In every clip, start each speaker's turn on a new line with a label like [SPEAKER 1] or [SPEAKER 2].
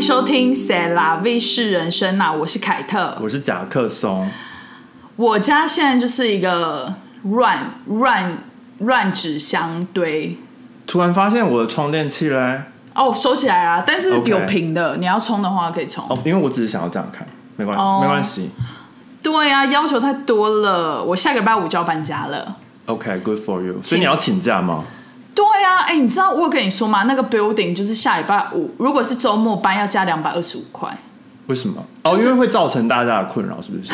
[SPEAKER 1] 收听《谁啦 V 是人生》呐，我是凯特。
[SPEAKER 2] 我是甲克松，
[SPEAKER 1] 我家现在就是一个乱乱乱纸箱堆
[SPEAKER 2] 突然发现我的充电器嘞，
[SPEAKER 1] 哦，收起来啊，但是
[SPEAKER 2] OK
[SPEAKER 1] 有屏的你要冲的话可以冲。
[SPEAKER 2] 哦，因为我只是想要这样看，没关系，
[SPEAKER 1] 哦
[SPEAKER 2] 没关系
[SPEAKER 1] 对啊，要求太多了，我下个礼拜五就要搬家了。
[SPEAKER 2] ，OK，good、for you，所以你要请假吗？
[SPEAKER 1] 对啊，哎、你知道我有跟你说吗？那个 building 就是下礼拜五，如果是周末搬，要加两百二十五块。
[SPEAKER 2] 为什么？哦，因为会造成大家的困扰，是不是？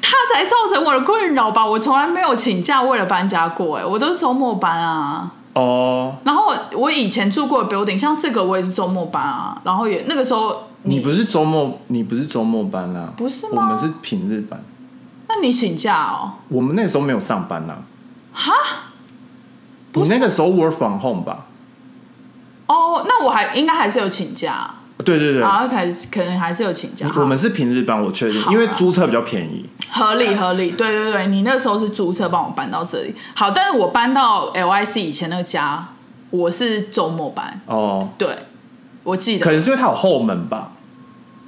[SPEAKER 1] 他才造成我的困扰吧？我从来没有请假为了搬家过、哎，我都是周末搬啊。
[SPEAKER 2] 哦，
[SPEAKER 1] 然后我我以前住过的 building，像这个我也是周末搬啊。然后也那个时候
[SPEAKER 2] 你不是周末，你不是周末班啦、
[SPEAKER 1] 不是吗
[SPEAKER 2] 我们是平日班，
[SPEAKER 1] 那你请假哦？
[SPEAKER 2] 我们那时候没有上班啦、
[SPEAKER 1] 哈？不
[SPEAKER 2] 你
[SPEAKER 1] 是
[SPEAKER 2] 那个时候 work from home 吧？
[SPEAKER 1] 哦，那我还应该还是有请假，
[SPEAKER 2] 对对对，
[SPEAKER 1] 然后还是可能还是有请假。
[SPEAKER 2] 我们是平日班，我确定，
[SPEAKER 1] 啊好啊
[SPEAKER 2] 因为租车比较便宜。
[SPEAKER 1] 合理合理，对对对，你那时候是租车帮我搬到这里。好，但是我搬到 LIC 以前那个家，我是周末搬，
[SPEAKER 2] 哦，
[SPEAKER 1] 对我记
[SPEAKER 2] 可
[SPEAKER 1] 得。
[SPEAKER 2] 能是因为它有后门吧。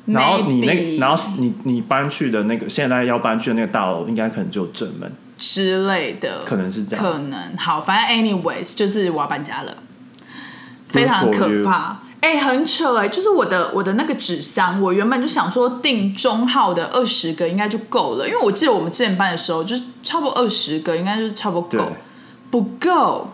[SPEAKER 2] 然后你那
[SPEAKER 1] maybe
[SPEAKER 2] 个，然后你你搬去的那个，现在要搬去的那个大楼，应该可能只有正门。
[SPEAKER 1] 之类的，
[SPEAKER 2] 可能是这样
[SPEAKER 1] 可能好，反正 anyways 就是我要搬家了，非常
[SPEAKER 2] for
[SPEAKER 1] 可
[SPEAKER 2] you
[SPEAKER 1] 怕。哎、很扯哎、就是我的我的那个纸箱，我原本就想说订中号的二十个应该就够了，因为我记得我们之前搬的时候就是差不多二十个，应该就是差不多
[SPEAKER 2] 对，
[SPEAKER 1] 够，不够，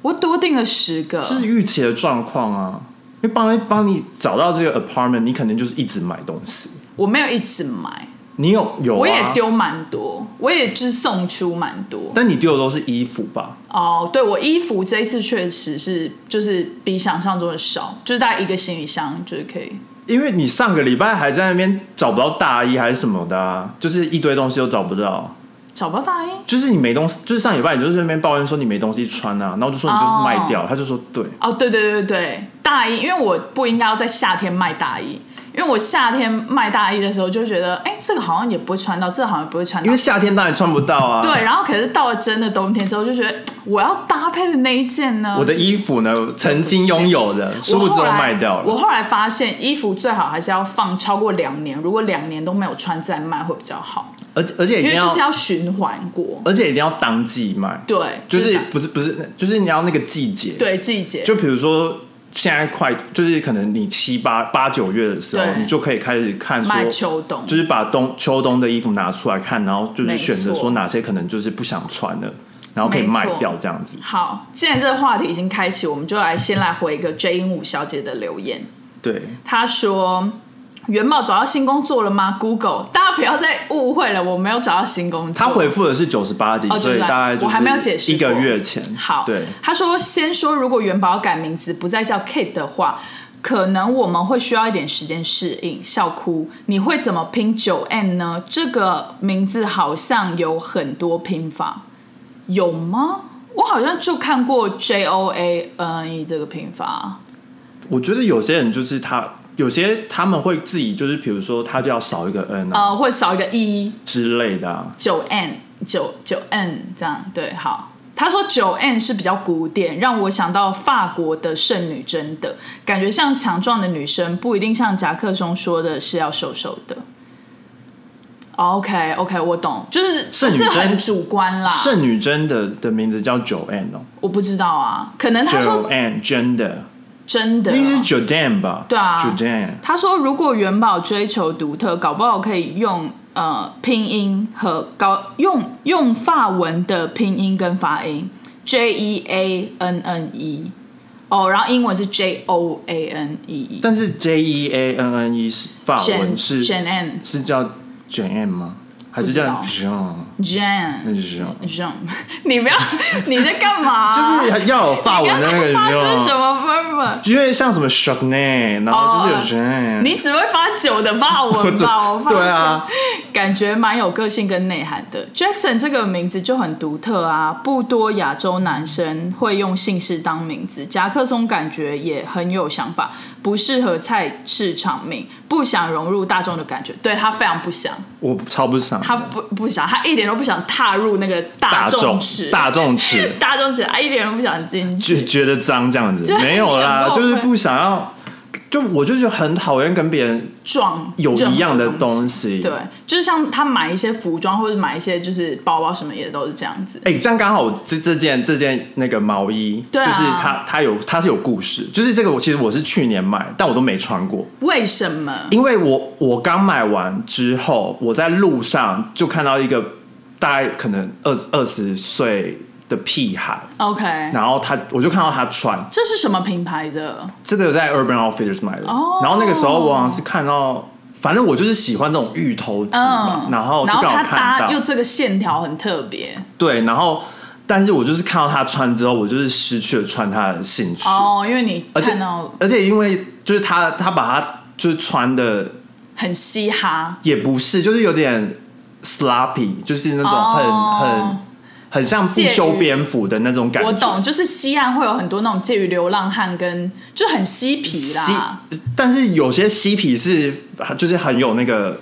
[SPEAKER 1] 我多订了十个，
[SPEAKER 2] 这是预期的状况啊。因为帮帮你找到这个 apartment，你肯定就是一直买东西。
[SPEAKER 1] 我没有一直买，
[SPEAKER 2] 你有有、啊，
[SPEAKER 1] 我也，丢蛮多，我也只送出蛮多。
[SPEAKER 2] 但你丢的都是衣服吧？
[SPEAKER 1] 哦，对我衣服这一次确实是就是比想象中的少，就是大概一个行李箱就是可以。
[SPEAKER 2] 因为你上个礼拜还在那边找不到大衣还是什么的、啊，就是一堆东西都找不到。
[SPEAKER 1] 找不到大衣，
[SPEAKER 2] 就是你没东西，就是上礼拜你就是在那边抱怨说你没东西穿啊，然后就说你就是卖掉他就说对，
[SPEAKER 1] 哦，对对对对，大衣，因为我不应该要在夏天卖大衣，因为我夏天卖大衣的时候就觉得，哎，这个好像也不会穿到，这个好像也不会穿
[SPEAKER 2] 因
[SPEAKER 1] 到
[SPEAKER 2] 为。夏天当然穿不到啊。
[SPEAKER 1] 对，，然后可是到了真的冬天之后，就觉得我要搭配的那一件呢，
[SPEAKER 2] 我的衣服呢，曾经拥有的，殊不知
[SPEAKER 1] 后
[SPEAKER 2] 都
[SPEAKER 1] 来
[SPEAKER 2] 卖掉
[SPEAKER 1] 我
[SPEAKER 2] 了。
[SPEAKER 1] 后来发现，衣服最好还是要放超过两年，如果两年都没有穿再卖会比较好，
[SPEAKER 2] 而且而且一
[SPEAKER 1] 因
[SPEAKER 2] 定
[SPEAKER 1] 为就是
[SPEAKER 2] 要，
[SPEAKER 1] 要循环过。
[SPEAKER 2] 而且一定要当季卖，
[SPEAKER 1] 对，
[SPEAKER 2] 就是
[SPEAKER 1] 打
[SPEAKER 2] 不是不是，就是你要那个季节。，
[SPEAKER 1] 对季节，
[SPEAKER 2] 就比如说现在快，就是可能你七八八九月的时候，
[SPEAKER 1] 对
[SPEAKER 2] 你就可以开始看
[SPEAKER 1] 卖
[SPEAKER 2] 说。
[SPEAKER 1] 秋冬，
[SPEAKER 2] 就是把冬秋冬的衣服拿出来看，然后就
[SPEAKER 1] 没
[SPEAKER 2] 是
[SPEAKER 1] 错
[SPEAKER 2] 选择说哪些可能就是不想穿的，然后可以
[SPEAKER 1] 没错
[SPEAKER 2] 卖掉这样子。
[SPEAKER 1] 好。既然这个话题已经开启，我们就来先来回一个 J 鹦鹉小姐的留言。
[SPEAKER 2] 对，
[SPEAKER 1] 她说：“元宝找到新工作了吗？Google，大家不要再误会了，我没有找到新工作。”
[SPEAKER 2] 他回复的是九十八集
[SPEAKER 1] 哦，
[SPEAKER 2] 所
[SPEAKER 1] 98
[SPEAKER 2] 以大概就是
[SPEAKER 1] 我还没有解释
[SPEAKER 2] 一个
[SPEAKER 1] 过
[SPEAKER 2] 月前。
[SPEAKER 1] 好，
[SPEAKER 2] 对，
[SPEAKER 1] 他说先说，如果元宝改名字不再叫 Kate 的话，可能我们会需要一点时间适应。笑哭，你会怎么拼九 N 呢？这个名字好像有很多拼法，有吗？我好像就看过 J O A N E 这个拼法，
[SPEAKER 2] 我觉得有些人就是他，有些他们会自己就是，比如说他就要少一个 n 啊、
[SPEAKER 1] 呃，会少一个 E，
[SPEAKER 2] 之类的、啊。
[SPEAKER 1] 九 N 九九 N 这样，对，好。他说九 N 是比较古典，让我想到法国的剩女贞德，感觉像强壮的女生不一定像夹克兄说的是要瘦瘦的。OK OK，我懂，就是
[SPEAKER 2] 剩女
[SPEAKER 1] 这
[SPEAKER 2] 贞
[SPEAKER 1] 很主观啦，
[SPEAKER 2] 剩女真的的名字叫九 n 哦，
[SPEAKER 1] 我不知道啊，可能他
[SPEAKER 2] 九
[SPEAKER 1] 说
[SPEAKER 2] n 真的，
[SPEAKER 1] 真的
[SPEAKER 2] 那，是九 dan 吧？
[SPEAKER 1] 对啊
[SPEAKER 2] 九 dan。
[SPEAKER 1] 他说如果元宝追求独特，搞不好可以用呃拼音和搞用用法文的拼音跟发音 J E A N N E 哦，然后英文是 J O A N E，
[SPEAKER 2] 但是 J E A N N E 是法
[SPEAKER 1] Jan
[SPEAKER 2] 文是
[SPEAKER 1] Jan N
[SPEAKER 2] 是叫 Jan N 吗？还是叫
[SPEAKER 1] 不
[SPEAKER 2] Jean？那
[SPEAKER 1] Jan
[SPEAKER 2] 是 Jean，
[SPEAKER 1] Jean，你 不要你在干嘛？
[SPEAKER 2] 就是要有法文的那个
[SPEAKER 1] 啊你刚刚发出什
[SPEAKER 2] Jean，
[SPEAKER 1] 么 verb？
[SPEAKER 2] 因为像什么 Chardonnay，然后就是有
[SPEAKER 1] 哦
[SPEAKER 2] Jean。
[SPEAKER 1] 你只会发酒的法文 吧？我发现
[SPEAKER 2] 嗯对啊，
[SPEAKER 1] 感觉蛮有个性跟内涵的。Jackson 这个名字就很独特啊，不多亚洲男生会用姓氏当名字。夹克松感觉也很有想法，不适合菜市场名，不想融入大众的感觉。对他非常不想，
[SPEAKER 2] 我超不想的，
[SPEAKER 1] 他不不想，他一点都不想踏入那个
[SPEAKER 2] 大
[SPEAKER 1] 众
[SPEAKER 2] 众
[SPEAKER 1] 池，
[SPEAKER 2] 大众吃。
[SPEAKER 1] 大众池，他一点都不想进
[SPEAKER 2] 就
[SPEAKER 1] 去。
[SPEAKER 2] 觉得脏这样子，
[SPEAKER 1] 对
[SPEAKER 2] 没有啦，
[SPEAKER 1] 很后
[SPEAKER 2] 就
[SPEAKER 1] 悔
[SPEAKER 2] 是不想要就我就觉得很讨厌跟别人
[SPEAKER 1] 撞
[SPEAKER 2] 有一样的
[SPEAKER 1] 任何东
[SPEAKER 2] 东西。
[SPEAKER 1] 对，就是像他买一些服装或者买一些就是包包什么也都是这样子。
[SPEAKER 2] 哎、这样刚好这这件这件那个毛衣，
[SPEAKER 1] 对啊
[SPEAKER 2] 就是它它有它是有故事，就是这个我其实我是去年买，但我都没穿过，
[SPEAKER 1] 为什么？
[SPEAKER 2] 因为我我刚买完之后，我在路上就看到一个大概可能二二十岁的屁孩，
[SPEAKER 1] OK，
[SPEAKER 2] 然后他我就看到他穿
[SPEAKER 1] 这是什么品牌的？
[SPEAKER 2] 这个在 Urban Outfitters 买的，
[SPEAKER 1] 哦
[SPEAKER 2] 然后那个时候我好像是看到。反正我就是喜欢这种芋头子嘛，
[SPEAKER 1] 嗯，
[SPEAKER 2] 然后就
[SPEAKER 1] 然后
[SPEAKER 2] 刚好
[SPEAKER 1] 它
[SPEAKER 2] 看到
[SPEAKER 1] 搭又这个线条很特别
[SPEAKER 2] 对，然后但是我就是看到他穿之后，我就是失去了穿他的兴趣，
[SPEAKER 1] 哦，因为你
[SPEAKER 2] 而且
[SPEAKER 1] 看到
[SPEAKER 2] 而且因为就是他他把他就是穿的
[SPEAKER 1] 很嘻哈，
[SPEAKER 2] 也不是，就是有点 sloppy，就是那种很、
[SPEAKER 1] 哦
[SPEAKER 2] 很很像不
[SPEAKER 1] 介于
[SPEAKER 2] 修边幅的那种感觉。
[SPEAKER 1] 我懂，就是西岸会有很多那种介于流浪汉跟就很嬉皮
[SPEAKER 2] 嬉
[SPEAKER 1] 啦，，
[SPEAKER 2] 但是有些嬉皮是就是很有那个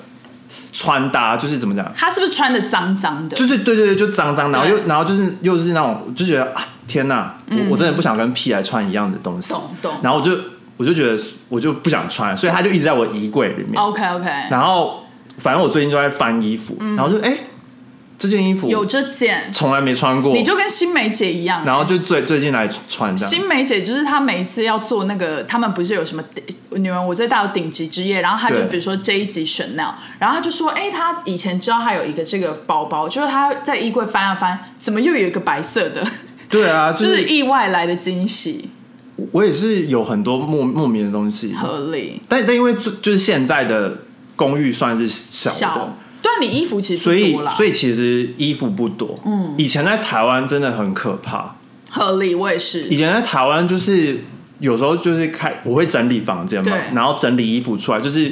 [SPEAKER 2] 穿搭，就是怎么讲，
[SPEAKER 1] 他是不是穿的脏脏的？
[SPEAKER 2] 就是对对对，就脏脏，然后
[SPEAKER 1] 对嗯
[SPEAKER 2] 又然后就是又是那种，就觉得啊，天哪，我、我真的不想跟屁孩穿一样的东西
[SPEAKER 1] 懂懂，
[SPEAKER 2] 然后我就我就觉得我就不想穿，所以他就一直在我衣柜里面。
[SPEAKER 1] OK OK，
[SPEAKER 2] 然后反正我最近就在翻衣服，然后就哎、这件衣
[SPEAKER 1] 嗯
[SPEAKER 2] 服
[SPEAKER 1] 有这件，
[SPEAKER 2] 从来没穿过，
[SPEAKER 1] 你就跟新梅姐一样，
[SPEAKER 2] 然后就最最近来穿这样，
[SPEAKER 1] 新梅姐就是她每一次要做那个，他们不是有什么女人我最大的顶级之夜，然后她就
[SPEAKER 2] 对
[SPEAKER 1] 比如说这一集选那，然后她就说，哎、她以前知道她有一个这个包包，就是她在衣柜翻啊翻，怎么又有一个白色 的，
[SPEAKER 2] 对啊，
[SPEAKER 1] 就
[SPEAKER 2] 就是是
[SPEAKER 1] 意外来的惊喜，
[SPEAKER 2] 我也是有很多莫莫名的东西，
[SPEAKER 1] 合理
[SPEAKER 2] 但但因为就就是现在的公寓算是小的。
[SPEAKER 1] 小，对啊，你衣服其实
[SPEAKER 2] 所以
[SPEAKER 1] 不多，啦
[SPEAKER 2] 所以其实衣服不多。嗯，以前在台湾真的很可怕。
[SPEAKER 1] 合理，我也
[SPEAKER 2] 以
[SPEAKER 1] 是，
[SPEAKER 2] 前在台湾就是有时候就是开，我会整理房间嘛
[SPEAKER 1] 对，
[SPEAKER 2] 然后整理衣服出来，就是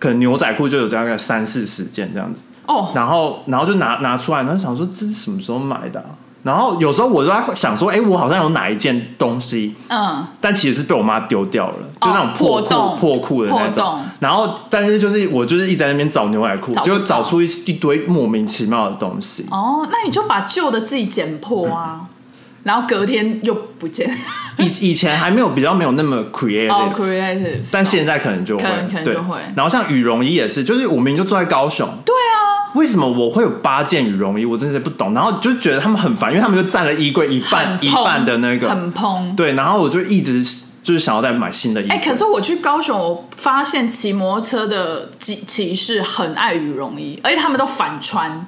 [SPEAKER 2] 可能牛仔裤就有大概三四十件这样子，
[SPEAKER 1] 哦，
[SPEAKER 2] 然后然后就拿拿出来，然后想说这是什么时候买的啊、然后有时候我都在想说，哎、我好像有哪一件东西，
[SPEAKER 1] 嗯，
[SPEAKER 2] 但其实是被我妈丢掉了，就那种
[SPEAKER 1] 哦破
[SPEAKER 2] 破裤、
[SPEAKER 1] 洞
[SPEAKER 2] 破裤的那
[SPEAKER 1] 破
[SPEAKER 2] 种
[SPEAKER 1] 洞。
[SPEAKER 2] 然后，但是就是我就是一直在那边找牛仔裤
[SPEAKER 1] 找，不
[SPEAKER 2] 结果
[SPEAKER 1] 到
[SPEAKER 2] 找出一一堆莫名其妙的东西。
[SPEAKER 1] 哦，那你就把旧的自己剪破
[SPEAKER 2] 嗯
[SPEAKER 1] 啊，然后隔天又不 见，
[SPEAKER 2] 以以前还没有比较没有那么 creative，、
[SPEAKER 1] 哦，creative，
[SPEAKER 2] 但现在可能就会，
[SPEAKER 1] 可能可能
[SPEAKER 2] 对
[SPEAKER 1] 就会
[SPEAKER 2] 然后像羽绒衣也是，就是我明明就住在高雄，对啊，为什么我会有八件羽绒衣？我真的是不懂。然后就觉得他们很烦，因为他们就占了衣柜一半
[SPEAKER 1] 很
[SPEAKER 2] 一
[SPEAKER 1] 蓬
[SPEAKER 2] 半的那个，
[SPEAKER 1] 很蓬。
[SPEAKER 2] 对。然后我就一直就是想要再买新的衣服。
[SPEAKER 1] 哎、可是我去高雄，我发现骑摩托车的骑骑士很爱羽绒衣，而且他们都反穿，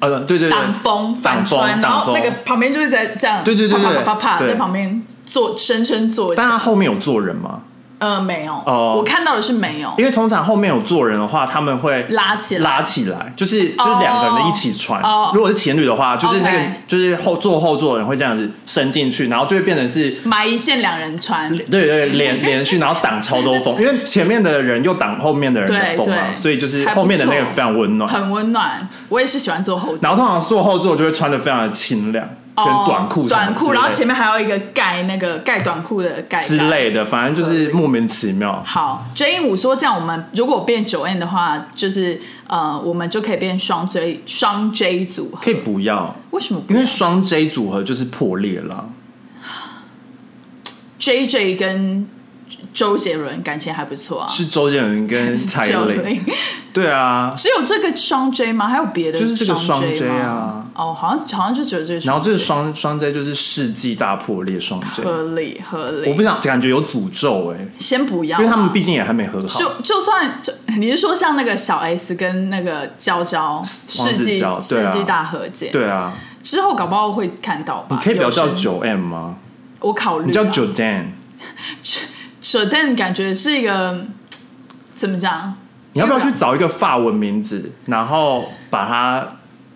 [SPEAKER 2] 呃，对对对，
[SPEAKER 1] 挡风反
[SPEAKER 2] 挡风
[SPEAKER 1] 穿，然
[SPEAKER 2] 挡
[SPEAKER 1] 后那
[SPEAKER 2] 风
[SPEAKER 1] 个旁边就是在这样，
[SPEAKER 2] 对对对
[SPEAKER 1] 啪
[SPEAKER 2] 对
[SPEAKER 1] 啪啪啪啪
[SPEAKER 2] 对
[SPEAKER 1] 在旁边坐深深坐
[SPEAKER 2] 但
[SPEAKER 1] 下。
[SPEAKER 2] 他后面有坐人吗？
[SPEAKER 1] 呃，没有，
[SPEAKER 2] 哦
[SPEAKER 1] 我看到的是没有
[SPEAKER 2] 因为通常后面有坐人的话，他们会
[SPEAKER 1] 拉起来，
[SPEAKER 2] 拉起来，就是就是两个人一起穿。
[SPEAKER 1] 哦
[SPEAKER 2] 如果是情侣的话，就是那个
[SPEAKER 1] OK
[SPEAKER 2] 就是后坐后座的人会这样子伸进去，然后就会变成是。
[SPEAKER 1] 买一件两人穿，
[SPEAKER 2] 对对对，连连续，然后挡超多 风，因为前面的人又挡后面的人的
[SPEAKER 1] 对
[SPEAKER 2] 风啊，
[SPEAKER 1] 对
[SPEAKER 2] 所以就是
[SPEAKER 1] 还不
[SPEAKER 2] 后面的那个
[SPEAKER 1] 错
[SPEAKER 2] 非常温暖。
[SPEAKER 1] 很温暖。我也是喜欢坐后座，
[SPEAKER 2] 然后通常坐后座就会穿的非常的清凉，跟
[SPEAKER 1] 哦
[SPEAKER 2] 短裤、
[SPEAKER 1] 短裤，然后前
[SPEAKER 2] 面
[SPEAKER 1] 面还有一个盖那个盖短裤的盖
[SPEAKER 2] 之
[SPEAKER 1] 带
[SPEAKER 2] 类的，反正就是莫名其妙。
[SPEAKER 1] 好，J 五说这样，我们如果变九 N 的话，就是呃，我们就可以变双 J 双 J 组合。
[SPEAKER 2] 可以不要，
[SPEAKER 1] 为什么不
[SPEAKER 2] 因
[SPEAKER 1] 要？
[SPEAKER 2] 为双 J 组合就是破裂了。
[SPEAKER 1] J J 跟周杰伦感情还不错啊。
[SPEAKER 2] 是周杰伦跟蔡
[SPEAKER 1] 九
[SPEAKER 2] 磊，
[SPEAKER 1] 零
[SPEAKER 2] 对啊，
[SPEAKER 1] 只有这个双 J 吗？还有别的？
[SPEAKER 2] 就是这个
[SPEAKER 1] 双
[SPEAKER 2] 双 J 啊
[SPEAKER 1] 吗。哦，好像好像就只有这个双 J。
[SPEAKER 2] 然后这个双双 J 就是世纪大破裂双 J，
[SPEAKER 1] 合理合理，
[SPEAKER 2] 我不想感觉有诅咒哎、
[SPEAKER 1] 先不要啊，
[SPEAKER 2] 因为他们毕竟也还没和好，
[SPEAKER 1] 就就算就你是说像那个小 S 跟那个娇娇世
[SPEAKER 2] 子
[SPEAKER 1] 纪
[SPEAKER 2] 娇对
[SPEAKER 1] 世
[SPEAKER 2] 啊
[SPEAKER 1] 纪大和解，
[SPEAKER 2] 对啊，
[SPEAKER 1] 之后搞不好会看到吧？
[SPEAKER 2] 你可以不要叫
[SPEAKER 1] 有生
[SPEAKER 2] 九 M 吗？
[SPEAKER 1] 我考虑啊
[SPEAKER 2] 你叫九 Dan，
[SPEAKER 1] 舍但感觉是一个嗯怎么讲？
[SPEAKER 2] 你要不要去找一个法文名字，然后把它，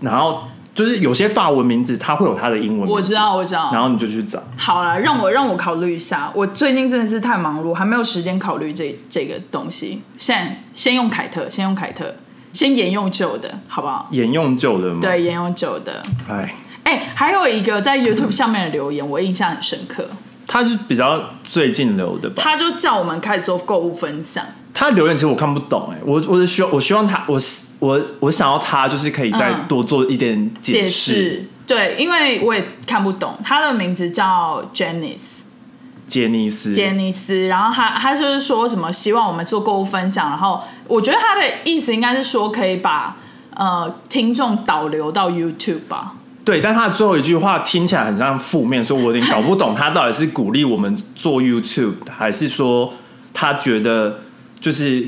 [SPEAKER 2] 然后就是有些法文名字它会有它的英文名字
[SPEAKER 1] 我知，道，我知
[SPEAKER 2] 嗯然
[SPEAKER 1] 道。
[SPEAKER 2] 后你就去找。
[SPEAKER 1] 好了，让我让我考虑一下。我最近真的是太忙碌，还没有时间考虑这这个东西。现在先用凯特，先用凯特，先沿用旧的，好不好？
[SPEAKER 2] 沿用旧的吗？，
[SPEAKER 1] 对，沿用旧的。
[SPEAKER 2] 哎，
[SPEAKER 1] 哎、还有一个在 YouTube 上面的留言，我印象很深刻。
[SPEAKER 2] 它是比较最近流的吧？
[SPEAKER 1] 他就叫我们开始做购物分享，
[SPEAKER 2] 他留言其实我看不懂哎、我我是希望我希望他我希我我想要他就是可以再
[SPEAKER 1] 嗯
[SPEAKER 2] 多做一点
[SPEAKER 1] 解
[SPEAKER 2] 释，
[SPEAKER 1] 释。对，因为我也看不懂，他的名字叫 Janice，
[SPEAKER 2] 杰尼斯，
[SPEAKER 1] 杰尼斯，然后他他就是说什么希望我们做购物分享，然后我觉得他的意思应该是说可以把呃听众导流到 YouTube 吧。
[SPEAKER 2] 对，但他的最后一句话听起来很像负面，所以我有点搞不懂他到底是鼓励我们做 YouTube，还是说他觉得就是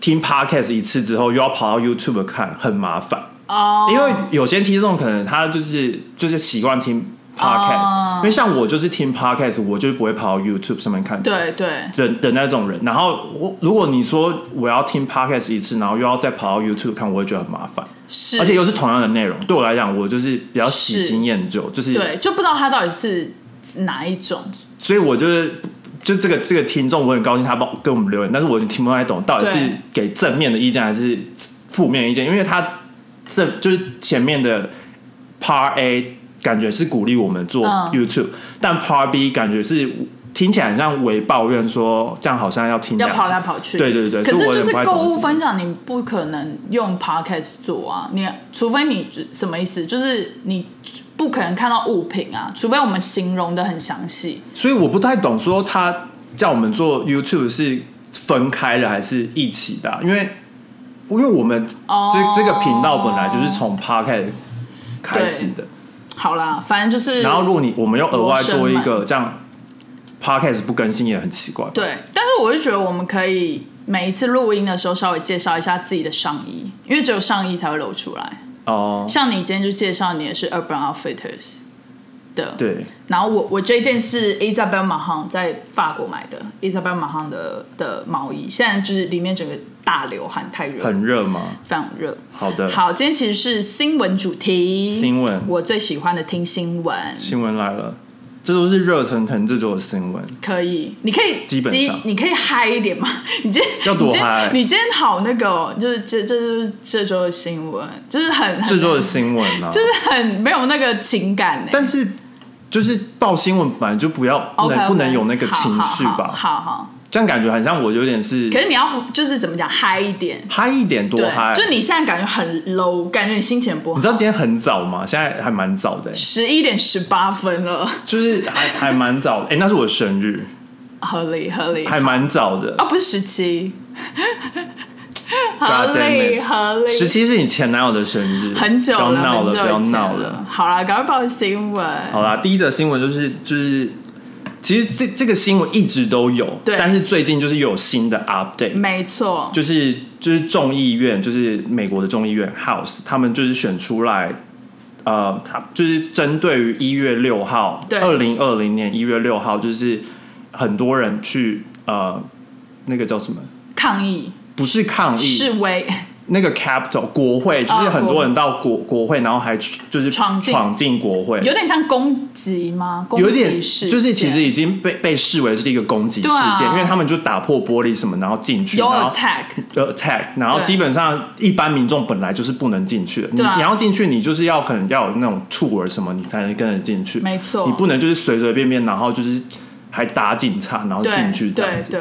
[SPEAKER 2] 听 Podcast 一次之后又要跑到 YouTube 看很麻烦。
[SPEAKER 1] 哦、
[SPEAKER 2] 因为有些听众可能他就是就是习惯听 podcast，、
[SPEAKER 1] 哦
[SPEAKER 2] 因为像我就是听 podcast，我就是不会跑到 YouTube 上面看
[SPEAKER 1] 对对，
[SPEAKER 2] 的的那种人。然后我如果你说我要听 podcast 一次，然后又要再跑到 YouTube 看，我会觉得很麻烦，
[SPEAKER 1] 是，
[SPEAKER 2] 而且又是同样的内容。对我来讲，我就是比较喜新厌旧，就是
[SPEAKER 1] 对，就不知道他到底是哪一种。
[SPEAKER 2] 所以我就是。就这个这个听众，我很高兴他帮跟我们留言，但是我听不太懂到底是
[SPEAKER 1] 对
[SPEAKER 2] 给正面的意见还是负面的意见，因为他这就是前面的 Part A 感觉是鼓励我们做
[SPEAKER 1] 嗯
[SPEAKER 2] YouTube，、但 Part B 感觉是听起来很像为抱怨说这样好像要听
[SPEAKER 1] 要
[SPEAKER 2] 两
[SPEAKER 1] 跑
[SPEAKER 2] 次
[SPEAKER 1] 来跑去，
[SPEAKER 2] 对对对，
[SPEAKER 1] 可
[SPEAKER 2] 所以
[SPEAKER 1] 是
[SPEAKER 2] 我有
[SPEAKER 1] 就是
[SPEAKER 2] 点不太懂
[SPEAKER 1] 购
[SPEAKER 2] 是
[SPEAKER 1] 物
[SPEAKER 2] 什么
[SPEAKER 1] 分享，你不可能用 podcast 做啊，你除非你什么意思？就是你不可能看到物品啊，除非我们形容的很详细。
[SPEAKER 2] 所以我不太懂说他叫我们做 YouTube 是分开的还是一起的啊、因为因为我们这、
[SPEAKER 1] 哦
[SPEAKER 2] 这个频道本来就是从 Podcast 开始的，
[SPEAKER 1] 好啦，反正就是，
[SPEAKER 2] 然后如果你我们又额外做一
[SPEAKER 1] 罗生
[SPEAKER 2] 个这样 Podcast 不更新也很奇怪，
[SPEAKER 1] 对，但是我就觉得我们可以每一次录音的时候稍微介绍一下自己的上衣，因为只有上衣才会露出来。
[SPEAKER 2] 哦、
[SPEAKER 1] 像你今天就介绍你也是 Urban Outfitters 的，
[SPEAKER 2] 对，
[SPEAKER 1] 然后我我这件是 Isabel Mahan 在法国买的 Isabel Mahan 的的毛衣，现在就是里面整个大流汗，太热，
[SPEAKER 2] 很热嘛，
[SPEAKER 1] 非常热。
[SPEAKER 2] 好的，
[SPEAKER 1] 好，今天其实是新闻主题，
[SPEAKER 2] 新闻
[SPEAKER 1] 我最喜欢的听新闻，
[SPEAKER 2] 新闻来了，这都是热腾腾制作的新闻，
[SPEAKER 1] 可以，你可以
[SPEAKER 2] 基本
[SPEAKER 1] 激
[SPEAKER 2] 上
[SPEAKER 1] 你可以嗨一点吗？ 你今天
[SPEAKER 2] 要多
[SPEAKER 1] 你今天
[SPEAKER 2] 嗨
[SPEAKER 1] 你今天好那个、哦，就是这这就是这周的新闻，就是很
[SPEAKER 2] 制作的
[SPEAKER 1] 很
[SPEAKER 2] 新闻啊，
[SPEAKER 1] 就是很没有那个情感呢、欸
[SPEAKER 2] 但是就是报新闻本来就不要不
[SPEAKER 1] OK，
[SPEAKER 2] 能
[SPEAKER 1] OK，
[SPEAKER 2] 不能有那个情绪
[SPEAKER 1] 好
[SPEAKER 2] 吧，
[SPEAKER 1] 好好好，
[SPEAKER 2] 这样感觉很像我有点是
[SPEAKER 1] 可是你要就是怎么讲嗨一点，
[SPEAKER 2] 嗨一点多
[SPEAKER 1] 对
[SPEAKER 2] 嗨，，
[SPEAKER 1] 就你现在感觉很 low，感觉你心情不好
[SPEAKER 2] 你知。道今天很早吗？现在还蛮早的、欸，
[SPEAKER 1] 十一点十八分了，
[SPEAKER 2] 就是还还蛮早的，哎、 那是我生日，
[SPEAKER 1] 合理合理。
[SPEAKER 2] 还蛮早的
[SPEAKER 1] 哦，。不是十七，合
[SPEAKER 2] God
[SPEAKER 1] 理
[SPEAKER 2] damn it
[SPEAKER 1] 合理。
[SPEAKER 2] 十七是你前男友的生日，
[SPEAKER 1] 很久
[SPEAKER 2] 不要
[SPEAKER 1] 了，
[SPEAKER 2] 闹
[SPEAKER 1] 很久
[SPEAKER 2] 不要
[SPEAKER 1] 以前
[SPEAKER 2] 闹
[SPEAKER 1] 了
[SPEAKER 2] 了。。
[SPEAKER 1] 好啦，赶快报新闻。
[SPEAKER 2] 好啦，第一则新闻就是就是，其实这这个新闻一直都有，
[SPEAKER 1] 对
[SPEAKER 2] 但是最近就是有新的 update，
[SPEAKER 1] 没错，
[SPEAKER 2] 就是就是众议院，就是美国的众议院 House，他们就是选出来，呃，他就是针对于一月六号，
[SPEAKER 1] 对
[SPEAKER 2] 二零二零年一月六号，就是很多人去呃，那个叫什么？
[SPEAKER 1] 抗议
[SPEAKER 2] 不是抗议，
[SPEAKER 1] 示威，
[SPEAKER 2] 那个 Capitol 国会，就是
[SPEAKER 1] 哦
[SPEAKER 2] 很多人到国国会，然后还去就是
[SPEAKER 1] 闯进
[SPEAKER 2] 闯进国会，
[SPEAKER 1] 有点像攻击吗？攻
[SPEAKER 2] 有点
[SPEAKER 1] 击事
[SPEAKER 2] 就是其实
[SPEAKER 1] 件
[SPEAKER 2] 已经被被视为是一个攻击事
[SPEAKER 1] 对啊
[SPEAKER 2] 件，因为他们就打破玻璃什么，然后进去，
[SPEAKER 1] 有
[SPEAKER 2] 然后
[SPEAKER 1] attack，
[SPEAKER 2] 呃 attack，然后
[SPEAKER 1] 对
[SPEAKER 2] 基本上一般民众本来就是不能进去的，你
[SPEAKER 1] 对啊
[SPEAKER 2] 你要进去，你就是要可能要有那种 tour 什么，你才能跟着进去，
[SPEAKER 1] 没错
[SPEAKER 2] 你不能就是随随便便，然后就是还打警察，然后
[SPEAKER 1] 对
[SPEAKER 2] 进去这样
[SPEAKER 1] 对
[SPEAKER 2] 子，
[SPEAKER 1] 对，